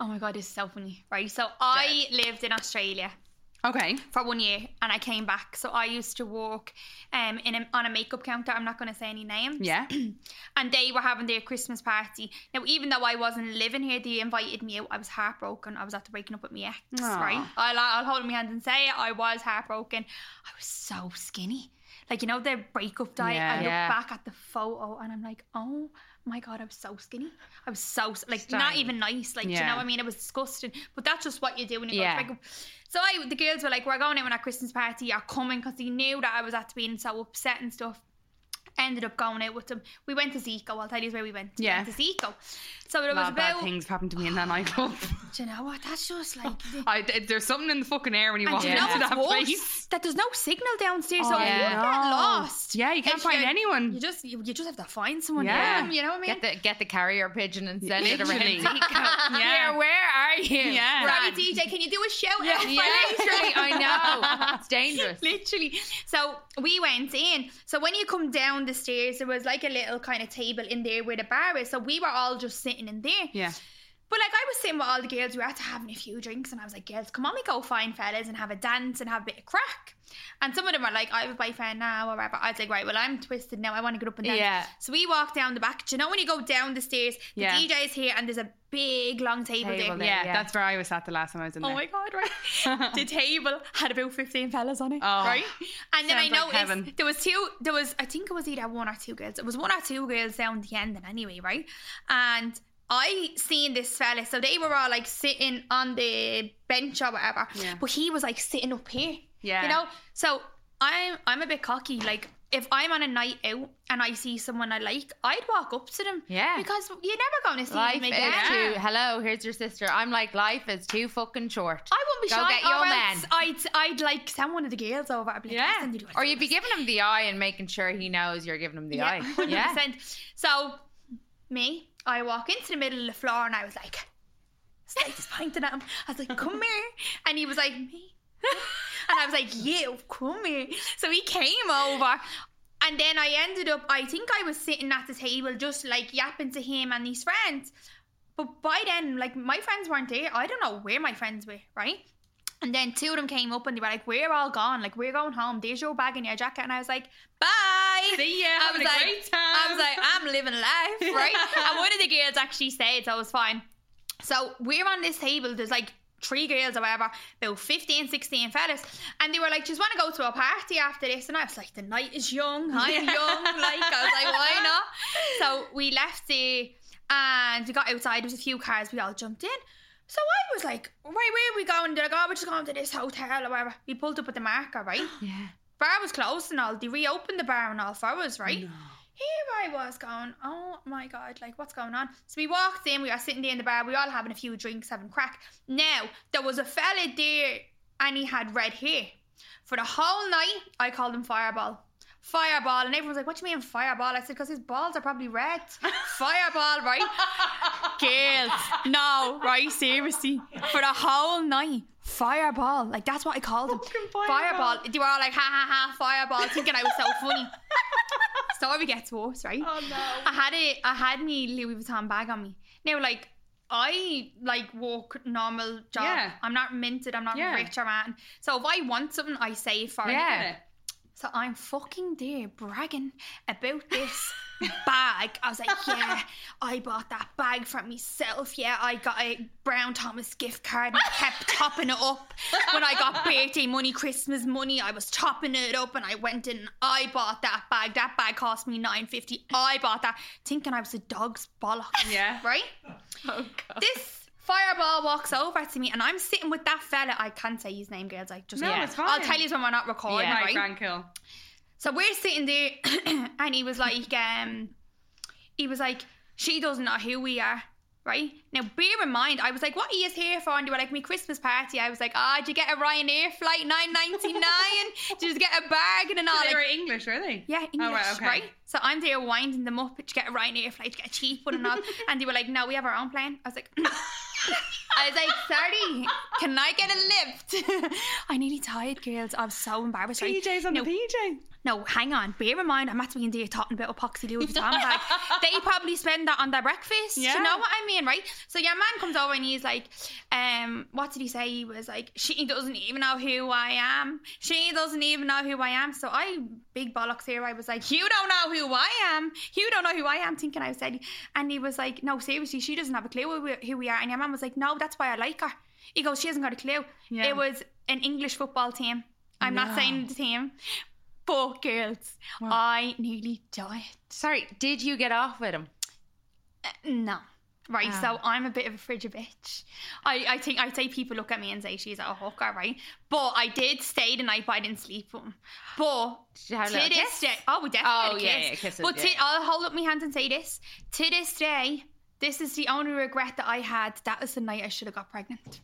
oh my god, it's so funny. Right, so I lived in Australia
Okay.
for one year and I came back. So I used to work um in a, on a makeup counter. I'm not going to say any names.
Yeah.
And they were having their Christmas party. Now, even though I wasn't living here, they invited me out. I was heartbroken. I was after breaking up with my ex.
Aw.
Right, I'll, I'll hold my hand and say it. I was heartbroken. I was so skinny. Like you know the breakup diet. I
Yeah.
look
Yeah.
back at the photo and I'm like, oh my god, I was so skinny. I was so s- like not
Stunning.
even nice. Like do you
Yeah.
know what I mean? It was disgusting. But that's just what you do when you
Yeah.
go to breakup. So I, the girls were like, we're going out on our Christmas party. You're coming because they knew that I was after being so upset and stuff ended up going out with them. We went to Zico. I'll tell you where we went. We
Yeah.
went to Zico. So there
A lot
was
of bad
about.
things happened to me in that nightclub.
Do you know what? That's just like. the-
Oh, I, th- there's something in the fucking air when you
and
walk
do
into
you know
that
what's worse?
place.
That there's no signal downstairs, so
Oh,
if you
yeah.
get lost.
Yeah, you can't
if
find anyone.
You just you, you just have to find someone.
Yeah.
Yeah, you know what I mean.
Get the get the carrier pigeon and send it around.
Literally.
Zico.
Yeah.
Here, where are you?
Yeah.
Sorry,
Gran.
DJ, can you do a shout out?
Yeah,
for me?
literally, I know. It's dangerous.
Literally. So we went in. So when you come down the stairs, there was like a little kind of table in there where the bar is. So we were all just sitting in there.
Yeah.
But like I was saying with all the girls, we were out to having a few drinks, and I was like, girls, come on, we go find fellas and have a dance and have a bit of crack. And some of them were like, I have a boyfriend now or whatever. I was like, right, well, I'm twisted now. I want to get up and dance.
Yeah.
So we walk down the back. Do you know when you go down the stairs, the
Yeah.
DJ's here and there's a big long table,
Table
there.
there.
Yeah,
Yeah.
that's where I was at the last time I was in
Oh
there.
my god, right? the table had about 15 fellas on it.
Oh.
Right? And then I
Sounds like
noticed
heaven.
there was two there was I think it was either one or two girls. It was one or two girls down the end and anyway, right? And I seen this fella, so they were all like sitting on the bench or whatever.
Yeah.
But he was like sitting up here.
Yeah.
You know? So I'm I'm a bit cocky. Like if I'm on a night out and I see someone I like, I'd walk up to them.
Yeah.
Because you're never gonna see
Life
them
is
again.
too. Hello, here's your sister. I'm like, life is too fucking short.
I wouldn't be
Go
shy.
get your
or
man.
else I'd I'd like send one of the girls over. I'd be like, yeah. You do it
Or you'd be giving him the eye and making sure he knows you're giving him the
yeah,
eye. Yeah.
100%. So me, I walk into the middle of the floor and I was like, Snake's just pointing at him. I was like, come here, and he was like, me, and I was like, you, come here. So he came over. And then I ended up, I think I was sitting at the table just like yapping to him and his friends. But by then, like my friends weren't there. I don't know where my friends were, right? And then two of them came up and they were like, We're all gone. Like, we're going home. There's your bag and your jacket. And I was like, Bye.
See ya,
I
having
was
a
like,
great time.
I was like, ah, I'm living life, right? and one of the girls actually stayed, so I was fine. So we're on this table. There's like three girls or whatever, about 15, 16 fellas. And they were like, just want to go to a party after this. And I was like, the night is young. I'm young. Like, I was like, why not? So we left the, and we got outside. There was a few cars. We all jumped in. So I was like, right, where are we going? They're like, oh, we're just going to this hotel or whatever. We pulled up at the marker, right?
Yeah.
Bar was closed and all. They reopened the bar and all for us,
Oh,
right? Here I was going, oh my god, like what's going on? So we walked in, we were sitting there in the bar, we all having a few drinks, having crack. Now there was a fella there, and he had red hair. For the whole night, I called him Fireball. Fireball, and everyone's like, "What do you mean Fireball?" I said, "Because his balls are probably red." Fireball, right? Girls, no, right? Seriously, for the whole night, Fireball. Like that's what I called him.
Fucking
Fireball.
Fireball.
They were all like, "Ha ha ha!" Fireball, thinking I was so funny. Story gets worse, right?
Oh no.
I had it. I had me Louis Vuitton bag on me. Now, like I like walk normal job.
Yeah.
I'm not minted. I'm not
Yeah.
rich or anything. So if I want something, I save for it.
Yeah.
So I'm fucking there bragging about this bag. I was like, yeah, I bought that bag from myself. Yeah, I got a Brown Thomas gift card and I kept topping it up. When I got birthday money, Christmas money, I was topping it up and I went in and I bought that bag. That bag cost me nine fifty. I bought that thinking I was a dog's bollocks.
Yeah.
Right?
Oh god.
This Fireball walks over to me and I'm sitting with that fella. I can't say his name, girls. I just
No,
yeah.
it's fine.
I'll tell you when we're not
yeah,
recording,
right,
right?
grand kill.
So we're sitting there, and he was like, um, he was like, she doesn't know who we are, right? Now, bear in mind, I was like, what are you here for? And they were like, my Christmas party. I was like, ah, did you get a Ryanair flight, nine ninety nine? Did you get a bargain and all?
they
Oh, Like,
were English, were they?
yeah, English,
Oh, right,
right,
okay.
So I'm there winding them up to get a Ryanair flight, to get a cheap one and all. and they were like, no, we have our own plane. I was like, I was like, sorry, can I get a lift? I nearly tired, girls. I'm so embarrassed. right?
PJ's on
No,
the PJ.
no, hang on. Bear in mind, I'm not being there talking about epoxy Louis Vuitton bag. They probably spend that on their breakfast. Do
Yeah.
you know what I mean, right? So your man comes over and he's like, um, what did he say? He was like, she doesn't even know who I am. She doesn't even know who I am. So I, big bollocks here, I was like, you don't know who I am. You don't know who I am, thinking I said. And he was like, no, seriously, she doesn't have a clue who we, who we are. And your man was like, no, that's why I like her. He goes, she hasn't got a clue.
Yeah.
It was an English football team. I'm not
No.
saying the team. But girls, I nearly died.
Sorry, did you get off with him?
Uh, No. Right,
Ah.
so I'm a bit of a frigid bitch. I, I think I say people look at me and say she's a hooker, right? But I did stay the night, but I didn't sleep with him. But
Did you have a
to
little
this
kiss?
day, oh, we definitely
Oh,
had a
yeah,
kiss.
yeah, kisses,
but to,
yeah.
I'll hold up my hand and say this: to this day, this is the only regret that I had. That is the night I should have got pregnant.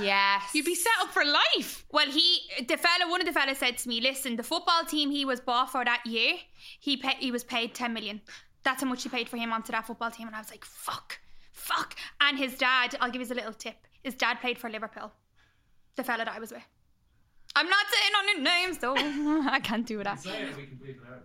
Yes.
You'd be set up for life.
Well, he, the fella, one of the fellas said to me, "Listen, the football team he was bought for that year, he pay, he was paid ten million. That's how much he paid for him onto that football team." And I was like, "Fuck, fuck!" And his dad, I'll give you a little tip. His dad played for Liverpool. The fella that I was with. I'm not saying on their names though. I can't do that.
Say it, we can bleep it out.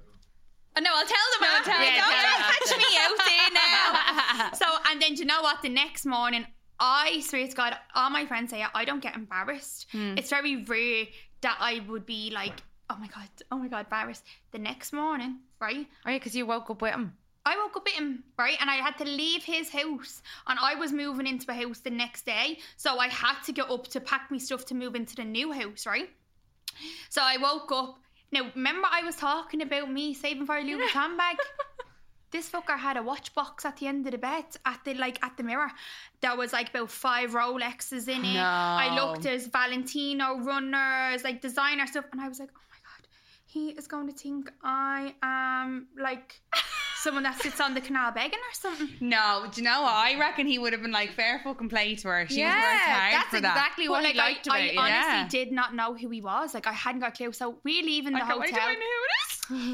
Oh, no, I'll tell them after.
tell-
yeah,
Don't
tell them
catch
after.
me out there now. so, and then do you know what? The next morning, I swear to God, all my friends say I don't get embarrassed. It's very rare that I would be like, oh my God, oh my God, embarrassed. The next morning, right?
Oh, yeah, because you woke up with him.
I woke up with him, right? And I had to leave his house. And I was moving into a house the next day. So I had to get up to pack my stuff to move into the new house, right? So I woke up. Now, remember I was talking about me saving for a Louis Vuitton bag? this fucker had a watch box at the end of the bed, at the like at the mirror. There was like about five Rolexes in it.
No.
I looked as Valentino runners, like designer stuff, and I was like, oh my god, he is going to think I am like someone that sits on the canal begging or something.
No, do you know what? I reckon he would have been like, fair fucking play to her. She was worth hard
that's
for that.
exactly what
But,
he
like, I-
liked
I,
about it.
honestly
yeah.
did not know who he was. Like I hadn't got a clue. So we're leaving the
Like, I
hotel.
don't know who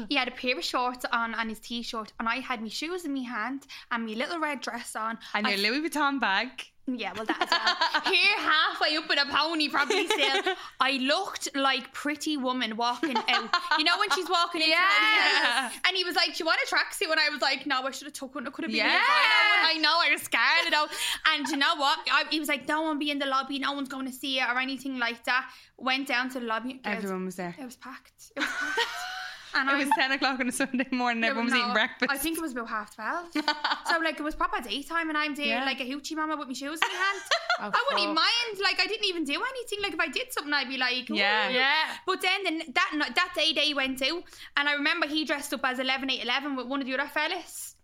it is.
He had a pair of shorts on and his t-shirt, and I had my shoes in my hand and my little red dress on.
And your Louis Vuitton bag.
Yeah, well, that's well. Here, halfway up in a pony, probably still. I looked like pretty woman walking out. You know when she's walking in?
Yeah.
And he was like, "Do you want a tracksuit?" And I was like, "No, I should have took one. It could have been yeah.
Yeah.
I know I was scared of out. And you know what? I, he was like, "No one be in the lobby. No one's going to see it or anything like that." Went down to the lobby. Girls,
Everyone was there.
It was packed. It was packed. And
It
I
was 10 o'clock on a Sunday morning.
there
Everyone was
was
eating
no-
breakfast.
I think it was about half twelve. so like it was proper daytime, and I'm there
Yeah.
like a hoochie mama with my shoes in my hand.
Oh,
I wouldn't even
fuck.
mind. Like I didn't even do anything. Like if I did something, I'd be like,
Yeah.
"Ooh."
Yeah.
But then the, n- that night- that day they went out, and I remember he dressed up as eleven eight eleven with one of the other fellas.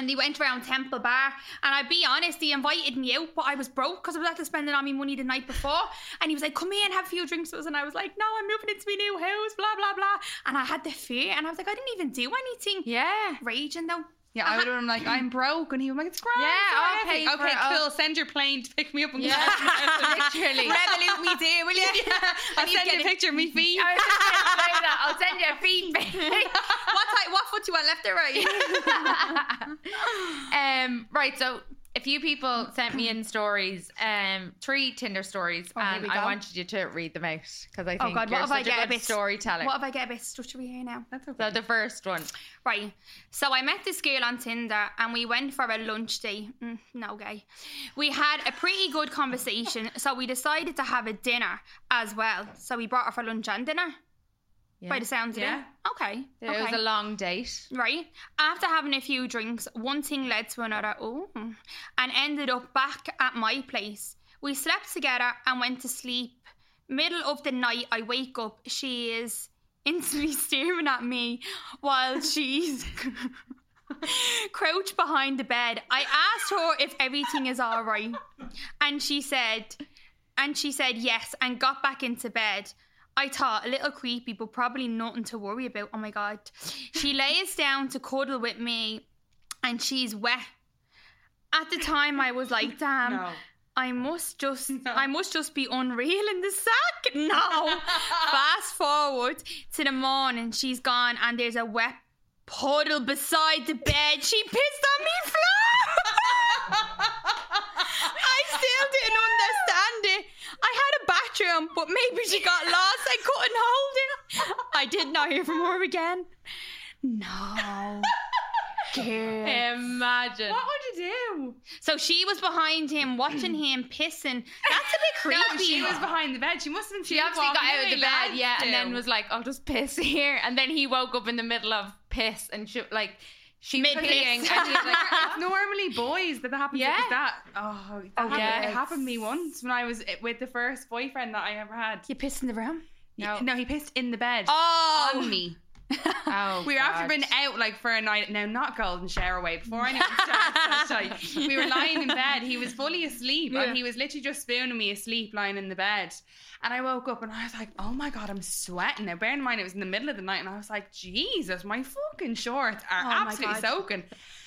And he went around Temple Bar, and I'd be honest, he invited me out, but I was broke because I was after spending all my money the night before. And he was like, "Come here and have a few drinks with us," and I was like, "No, I'm moving into my new house, blah blah blah." And I had the fear, and I was like, "I didn't even do anything."
Yeah.
Raging though.
Yeah, I would have been like, I'm broke, and he was like, it's grand.
Yeah, I'll
it's grand."
pay
Okay,
for it.
cool. Send your plane to pick me up and
Yeah. Literally.
Revolute me dear, will you?
I'll
And he'd
send
get
you a
it.
picture of me feet.
I was just gonna say that. I'll send you a feedback. what type, what foot do you want, left or right?
Um, right, so a few people sent me in stories, um, three Tinder stories,
Oh, here
and
we
I
go.
wanted you to read them out because I
Oh,
think
God, what
you're
if I
such a
get a
good
bit-
storyteller.
what if I get a bit stuttery here now?
That's
so
okay.
the first one,
Right. So I met this girl on Tinder and we went for a lunch date. Mm, no gay. We had a pretty good conversation, so we decided to have a dinner as well. So we brought her for lunch and dinner.
Yeah.
By the sounds of
Yeah.
it. Okay.
it
okay.
was a long date.
Right. After having a few drinks, one thing led to another. Oh, and ended up back at my place. We slept together and went to sleep. Middle of the night, I wake up. She is instantly staring at me while she's crouched behind the bed. I asked her if everything is all right, and she said, and she said yes, and got back into bed. I thought a little creepy, but probably nothing to worry about. Oh my god. She lays down to cuddle with me and she's wet. At the time I was like, damn,
No.
I must just
No.
I must just be unreal in the sack. No. Fast forward to the morning, she's gone and there's a wet puddle beside the bed. She pissed on me floor. I still didn't understand it. I had a bathroom, but maybe she got lost. I couldn't hold it. I did not hear from her again. No. Girl.
Imagine.
What would you do?
So she was behind him, watching him pissing. That's a bit creepy.
No, she was behind the bed. She must have been.
She obviously got out of the bed, yeah, and then
was.
was like, "I'll just piss here," and then he woke up in the middle of piss and she like she was
Mid-piss.
peeing, and he was like,
it's normally boys that that happens
Yeah.
like that. Oh, that happened,
yeah.
it happened to me once when I was eh, with the first boyfriend that I ever had.
You pissed in the room?
No.
no, he pissed in the bed.
Oh.
On me.
"Oh,
We were after
God.
being out like for a night now, not golden shower away before anyone starts. like, we were lying in bed. He was fully asleep,
Yeah.
and he was literally just spooning me asleep, lying in the bed. And I woke up and I was like, "Oh my god, I'm sweating." Now, bear in mind it was in the middle of the night, and I was like, "Jesus, my fucking shorts are
Oh my
absolutely
God.
soaking."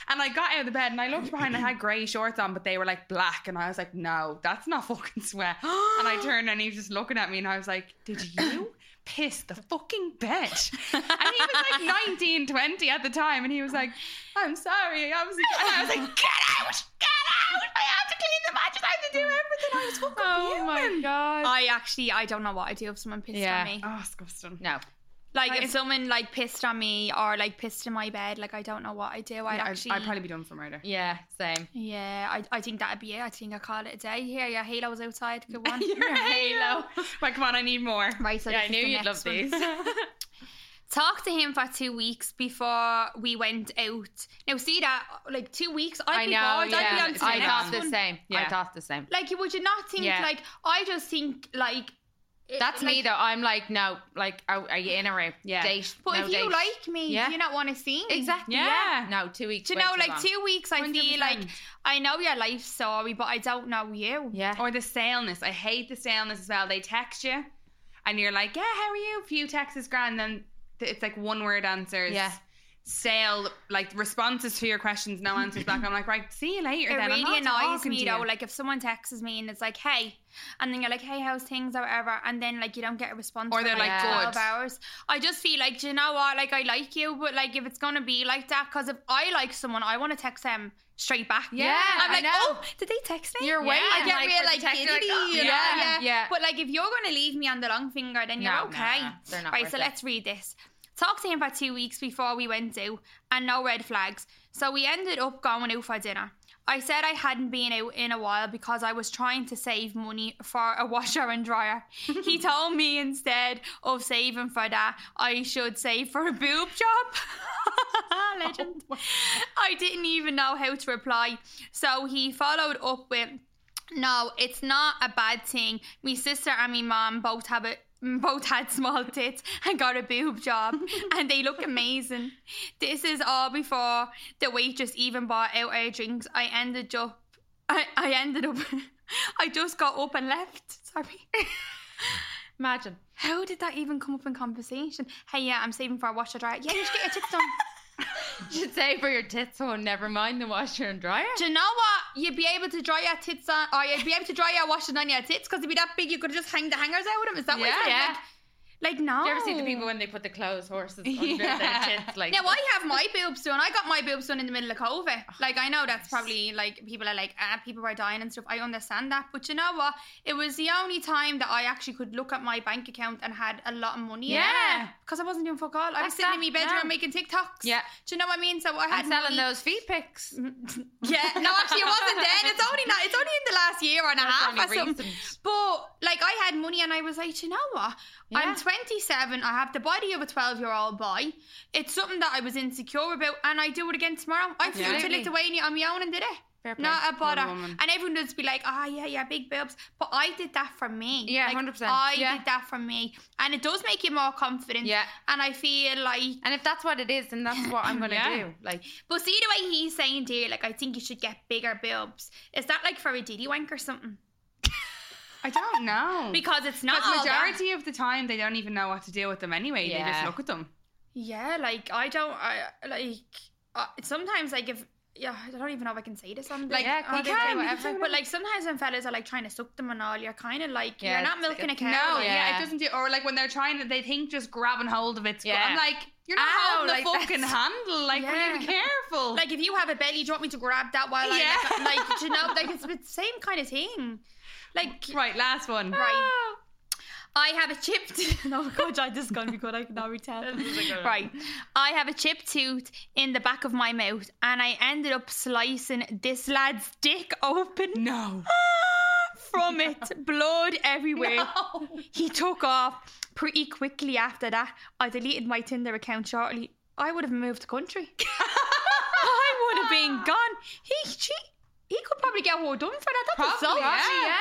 And I got out of the bed and I looked behind. and I had grey shorts on, but they were like black, and I was like, "No, that's not fucking sweat." and I turned and he was just looking at me, and I was like, "Did you?" Piss the fucking bed. And he was like 19, 20 at the time, and he was like, I'm sorry. I was, and I was like, get out, get out. I have to clean the mattress. I have to do everything. I was fucking
Oh my
fuming.
god!
I actually, I don't know what I do if someone pissed
Yeah.
on me.
Oh, it's disgusting.
no,
Like
Like,
if
if-
someone like pissed on me or like pissed in my bed, like I don't know what I do. I'd
Yeah, I'd,
actually,
I'd probably be done for murder.
yeah, same.
yeah, I, I think that'd be it. I think I call it a day. Here, your halo's outside. Good one.
You're a halo. Like, come on, I need more.
Right, so
yeah, I
this is
knew
the
you'd
next
love
one.
these.
Talked to him for two weeks before we went out. Now see that like two weeks, I'd
I
be
know.
bored. I'd be
yeah.
on to the
I
next
thought
one.
the same. I
Yeah.
thought the same.
Like would you not think
Yeah.
like I just think like it-
That's
like,
me though. I'm like, no, like, are, are you in or out?
Yeah.
Date.
But
no
if you
date.
like me,
Yeah.
do you not want to see me?
exactly, yeah.
Yeah.
No, two weeks.
Do you
way
know,
too
like
long.
two weeks, I feel like
100%.
I know your life story, but I don't know you.
Yeah.
Or the staleness. I hate the staleness as well. They text you and you're like, yeah, how are you? Few texts is grand. Then th- it's like one word answers.
Yeah.
Stale, like responses to your questions, no answers back. I'm like, right, see you later
It
then. I'm
really
not
annoys
talking to
me
you.
though. Like if someone texts me and it's like, "Hey," and then you're like, "Hey, how's things?" or whatever, and then like you don't get a response,
Or
for,
they're
like,
twelve
good.
hours. I just feel like, do you know what? Like I like you, but like if it's gonna be like that, because if I like someone, I want to text them straight back.
Yeah,
I'm
I
like,
know.
oh, did they text me?
You're waiting,
I get
like, for
real
the
like,
text, you're like,
giddy,
oh,
you know?
yeah,
yeah,
yeah.
But like if you're gonna leave me on the long finger, then you're
No, no,
okay.
no, they're not
right,
worth
so
it.
let's read this. Talked to him for two weeks before we went out, and no red flags. So we ended up going out for dinner. I said I hadn't been out in a while because I was trying to save money for a washer and dryer. he told me instead of saving for that, I should save for a boob job.
Oh,
Legend. I didn't even know how to reply. So he followed up with, No, it's not a bad thing. My sister and my mom both have it. both had small tits and got a boob job and they look amazing. This is all before the waitress even bought out our drinks. I ended up I, I ended up I just got up and left. Sorry.
Imagine.
How did that even come up in conversation? Hey yeah, I'm saving for a washer dryer. Yeah, you should get your tits done.
You should say for your tits, oh, never mind the washer and dryer.
Do you know what? You'd be able to dry your tits on, or you'd be able to dry your washing on your tits because it'd be that big. You could just hang the hangers out of them. Is that what
Yeah.
it's
Yeah.
like? Like, like no.
Do you ever see the people when they put the clothes horses under their
Yeah.
tits? Like, Oh.
Now I have my boobs done. I got my boobs done in the middle of COVID. Like I know that's probably like people are like ah people are dying and stuff. I understand that, but you know what? It was the only time that I actually could look at my bank account and had a lot of money.
Yeah.
because I wasn't doing fuck all. I was
That's
sitting
that,
in my bedroom
yeah.
making TikToks.
Yeah.
do you know what I mean? So I had
I'm selling
money.
those feet pics.
Yeah, no, actually, it wasn't then. It's only not. It's only in the last year and a
That's
half
only
or something.
recent.
But like, I had money, and I was like, "Do you know what?
Yeah.
I'm 27. I have the body of a 12 year old boy. It's something that I was insecure about, and I do it again tomorrow. I flew to
Absolutely.
Lithuania on my own and did it.
Fair play.
Not a bother.
woman.
And everyone would just be like, ah, yeah, yeah, big boobs. But I did that for me.
Yeah,
Like,
100%.
I
Yeah.
did that for me. And it does make you more confident.
Yeah.
And I feel like
And if that's what it is, then that's what I'm gonna
Yeah.
do. Like,
but see the way he's saying, dear, like I think you should get bigger boobs. Is that like for a diddy wank or something?
I don't know.
Because it's not
But
all that.
majority of the time, they don't even know what to do with them anyway. They
Yeah.
just look at them.
Yeah, like I don't. I like uh, sometimes like if yeah, I don't even know if I can say this on the-
Like, Yeah,
on
they
the
can,
thing,
they can say
But like sometimes when fellas are like trying to suck them and all, you're kind of like
Yeah,
you're not
it's-
milking a
it's-
cow.
No,
like,
yeah.
yeah.
it doesn't do. Or like when they're trying to, they think just grabbing hold of it's.
Yeah.
I'm like, you're not
Ow,
holding
like,
the fucking
that's-
handle. Like, we need to be
Yeah.
careful.
Like if you have a belly, do you want me to grab that while
Yeah.
I like, like do you know like it's the same kind of thing. Like
right, last one.
Right. I have a chipped. no, God, I this is gonna be good. I can already tell.
is a good one.
right, I have a chipped tooth in the back of my mouth, and I ended up slicing this lad's dick open
No.
from it. Blood everywhere. He took off pretty quickly after that. I deleted my Tinder account shortly. I would have moved the country. I would have been gone. He, she, he could probably get all done for that. That's
oh,
Probably,
assault.
yeah.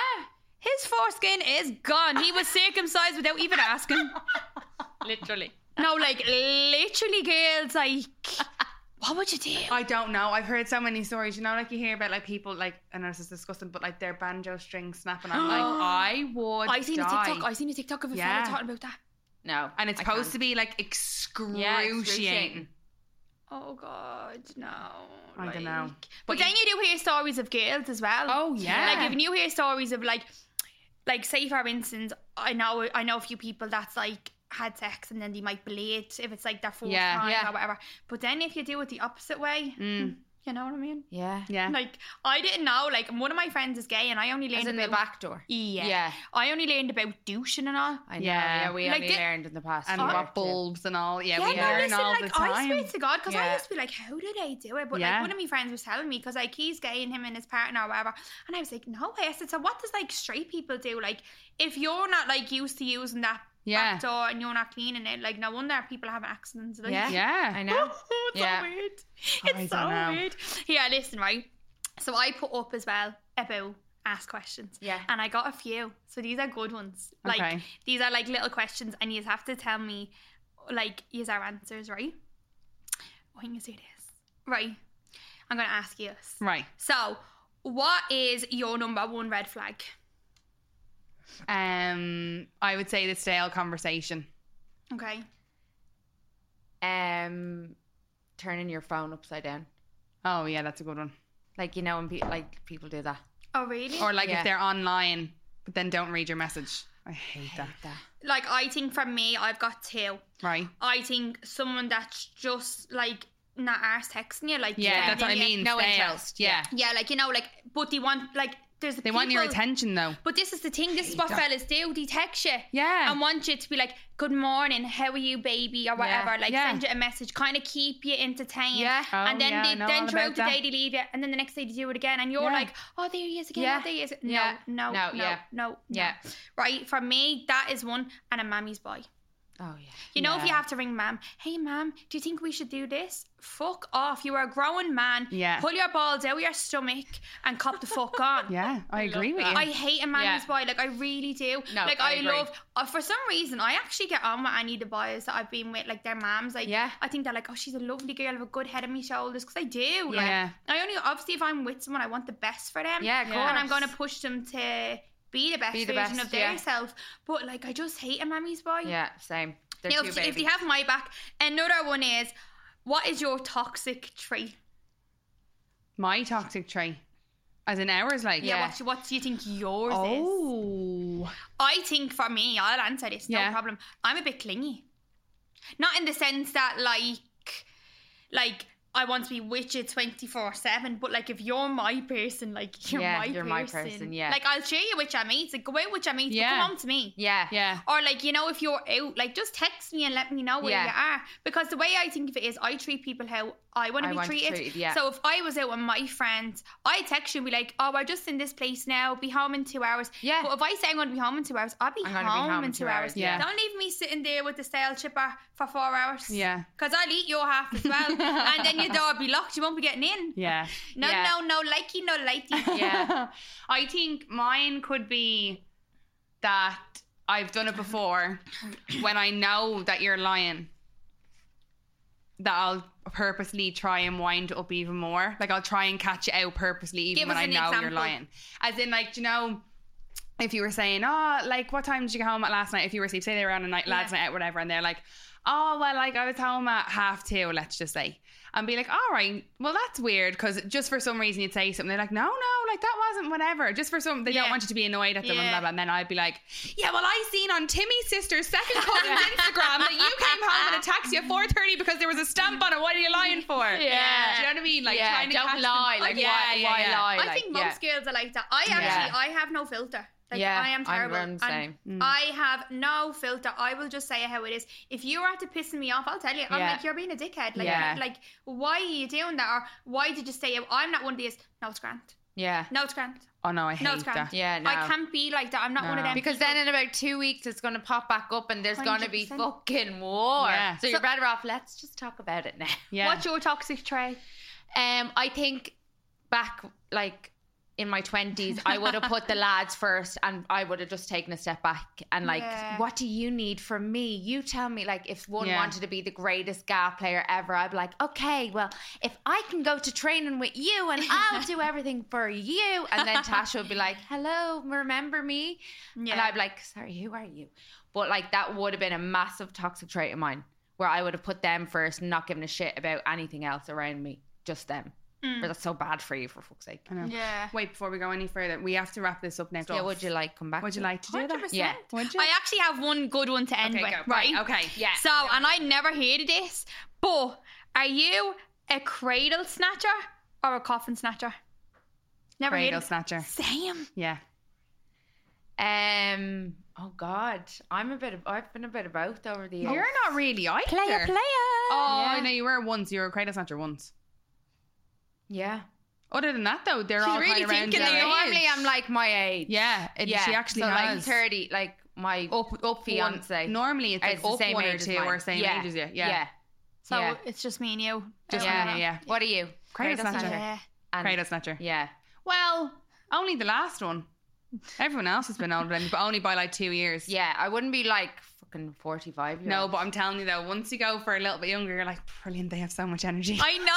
His foreskin is gone. He was circumcised without even asking.
Literally.
No, like literally, girls, like, what would you do?
I don't know. I've heard so many stories. You know, like you hear about like people like, and this is disgusting, but like their banjo string snapping. I'm like, I would.
I seen
Oh, die.
a TikTok. I seen a TikTok of a
Yeah.
fella talking about that.
no.
and it's
I
supposed
can't.
to be like excruciating.
excruciating.
Oh God, no!
I don't know.
like- But, then you do hear stories of girls as well.
Oh, yeah.
Like if you hear stories of like, like say for instance, I know I know a few people that's like had sex and then they might bleed if it's like their fourth
Yeah,
time
yeah.
or whatever. But then if you do it the opposite way,
Mm.
you know what I mean?
Yeah.
Yeah.
Like I didn't know. Like one of my friends is gay, and I only
As
learned
in the
about
back door.
Yeah.
Yeah.
I only learned about douching and all.
I know. Yeah,
Yeah.
we
Like
only
the-
learned in the past.
and
year
Oh.
or
what
two.
bulbs and all. Yeah, we
no,
learn
listen,
all
like
the
I
time.
swear to God, because
Yeah.
I used to be like, how did I do it? But
Yeah.
like one of my friends was telling me because like he's gay and him and his partner or whatever, and I was like, no way. I said, so what does like straight people do? Like if you're not like used to using that
Yeah.
back door and you're not cleaning it, like no wonder people have accidents. Like,
Yeah.
Yeah. Oh,
I know.
it's
Yeah.
so weird.
I
It's so
don't know.
weird. Yeah, listen, right. So I put up as well about ask questions.
Yeah.
And I got a few. So these are good ones. Like
Okay.
these are like little questions and you have to tell me like use our answers, right? When you do this. Right. I'm gonna ask you this.
Right.
So what is your number one red flag?
Um, I would say the stale conversation.
Okay.
Um, turning your phone upside down.
Oh yeah, that's a good one.
Like you know, when pe- like people do that.
Oh really?
Or like
Yeah.
if they're online, but then don't read your message. I hate that.
Like that.
like I think from me I've got two.
Right.
I think someone that's just like not arse texting you, like
Yeah, that's what I
sending you-
mean.
no
stale.
interest, yeah.
Yeah.
Yeah, like you know, like but they want like there's
They want your
people-
attention though.
But this is the thing. This is what fellas do. They text you.
Yeah.
And want you to be like, "Good morning, how are you, baby?" or whatever. Like
yeah.
send you a message, kind of keep you entertained.
Yeah.
Oh,
and then
yeah, I
they
know all
then
about
throughout the
that.
day they leave you, and then the next day they do it again, and you're
Yeah.
like, "Oh, there he is again.
Yeah.
Oh, there he is." No,
Yeah.
no,
No,
no,
yeah.
no, no.
Yeah.
Right. For me, that is one, and a mammy's boy.
Oh yeah.
You know, if you
Yeah.
have to ring ma'am, hey ma'am, do you think we should do this? Fuck off. You are a grown man.
Yeah.
Pull your balls out of your stomach and cop the fuck on.
Yeah, I,
I love
agree with
that.
you.
I hate a man
Yeah.
who's boy. Like I really do.
No,
like
I
I,
agree.
love. Uh, for some reason, I actually get on with any of the boys that I've been with. Like their moms. Like
Yeah.
I think they're like, oh, she's a lovely girl with a good head on my shoulders. Because I do. Like,
yeah.
I only obviously if I'm with someone, I want the best for them.
Yeah, of
Yeah.
And I'm
course.
going to push them to be the best
Be the
version
best,
of their
yeah.
self. But like, I just hate a mammy's boy.
Yeah, same. They're
Now,
too
if, if
baby.
you have my back, another one is, what is your toxic trait?
My toxic trait, as in ours, like
Yeah.
Yeah.
what, what do you think yours is?
Oh,
I think for me, I'll answer this. No
Yeah.
problem. I'm a bit clingy. Not in the sense that like, like I want to be with you twenty four seven, but like if you're my person, like you're
Yeah,
my
you're
person.
my person, yeah.
Like I'll share you with your mates. Like go out with your mates. Yeah.
Yeah.
But come on to me.
yeah.
yeah,
Or like you know, if you're out, like just text me and let me know where
Yeah.
you are. Because the way I think of it is, I treat people how I want
I
to be
want to
treated.
treat- yeah.
So if I was out with my friends, I text you and be like, "Oh, we're just in this place now. Be home in two hours."
Yeah.
But if I say I'm going to be home in two hours, I'll be,
I'm
home,
gonna be home
in two hours.
yeah.
Don't leave me sitting there with the stale chipper for four hours.
yeah,
Because I'll eat your half as well, and then your door will be locked. You won't be getting in.
yeah.
No,
Yeah.
no, no, likey, no lighty.
Yeah.
I think mine could be that I've done it before when I know that you're lying. That I'll purposely try and wind up even more. Like I'll try and catch you out purposely even
Give
when
us
I
an
know you're
example.
lying. As in like, do you know, if you were saying, Oh, like what time did you get home at last night? If you were say they were on a night lads
Yeah.
night out, whatever, and they're like, Oh, well, like I was home at half two, let's just say and be like, all right, well, that's weird because just for some reason you'd say something. They're like, no, no, like that wasn't whatever. Just for some, they don't
Yeah.
want you to be annoyed at them and
Yeah.
blah, blah. And then I'd be like, yeah, well, I seen on Timmy's sister's second cousin's Instagram that you came home and attacked you at 4.30 because there was a stamp on it. What are you lying for?
Yeah.
Do you know what I mean? Like,
yeah.
trying to catch
Don't
them-
lie. Like
yeah,
why,
yeah,
why
yeah.
lie?
I
Like,
think most girls are like that. I actually,
Yeah.
I have no filter. Like
Yeah,
I am
I'm-
terrible.
I'm the
and
Mm.
same. Mm.
I have no filter. I will just say how it is. If you are to pissing me off, I'll tell you. I'm
Yeah.
like, you're being a dickhead. Like,
Yeah.
like, why are you doing that? Or why did you stay out? I'm not one of these. No, it's Grant.
yeah.
No, it's Grant.
Oh, no, I hate
No, it's grand.
that.
Yeah. No.
I can't be like that. I'm not one of
No.
them.
because
people.
then in about two weeks it's going to pop back up and there's going to be
100%.
fucking war.
Yeah.
So, you're better off. Let's just talk about it now.
Yeah.
what's your toxic trait?
Um, I think back like in my twenties, I would have put the lads first, and I would have just taken a step back and like,
Yeah.
what do you need from me? You tell me. Like, if one
Yeah.
wanted to be the greatest guy player ever, I'd be like, okay, well, if I can go to training with you, and I'll do everything for you, and then Tasha would be like, hello, remember me? And I'd be like, sorry, who are you? But like that would have been a massive toxic trait of mine where I would have put them first, not giving a shit about anything else around me, just them.
Mm.
But that's so bad for you, for fuck's sake.
I know.
yeah.
Wait, before we go any further, we have to wrap this up next.
Yeah, would you like come back?
Would you
to it?
like to do that?
100%.
Yeah.
Would you?
I actually have one good one to end
okay,
with.
go.
Right.
Okay.
Yeah.
So, and I never heard of this, but are you a cradle snatcher or a coffin snatcher? Never
Cradle
heard of
snatcher.
it. Same.
Yeah.
Um. Oh God, I'm a bit. Of, I've been a bit of both over the years.
You're not really either.
Player, player.
Oh,
Yeah.
I know you were once. You were a cradle snatcher once.
Yeah.
Other than that, though, they're
She's
all
really
kind of around
thinking
your
there.
Yeah,
age.
normally I'm like my age.
yeah, it,
yeah.
she actually
so like
has
thirty, like my
up up
fiance.
One, normally it's like
it's the
up
same
one or
age as
two
mine.
or same
yeah.
age as you. Yeah,
Yeah.
So
Yeah.
it's just me and you.
just
Yeah.
yeah, yeah.
What are you?
Cradle
Cradle
snatcher.
snatcher.
Yeah.
And-
Cradle snatcher.
Yeah.
Well, only the last one. Everyone else has been older than me, but only by like two years.
Yeah, I wouldn't be like fucking 45 year
No,
old.
but I'm telling you though, once you go for a little bit younger, you're like, brilliant. They have so much energy.
I know.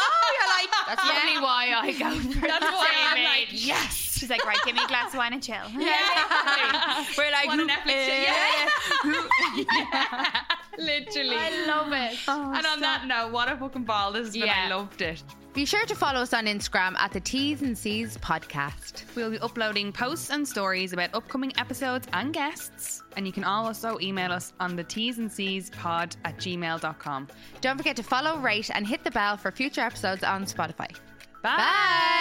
That's probably why I go for
You're like,
the
that's why
same
I'm like,
age.
yes. She's like, right, give me a glass of wine and chill.
Yeah.
We're like,
What a Netflix show. Yeah. Literally.
I love it.
Oh,
and on that note, what a fucking ball this has been. I
Yeah.
loved it.
Be sure to follow us on Instagram at the T's and C's podcast.
We'll be uploading posts and stories about upcoming episodes and guests. And you can also email us on the T's and C's pod at gmail.com.
Don't forget to follow, rate, and hit the bell for future episodes on Spotify.
Bye.
Bye.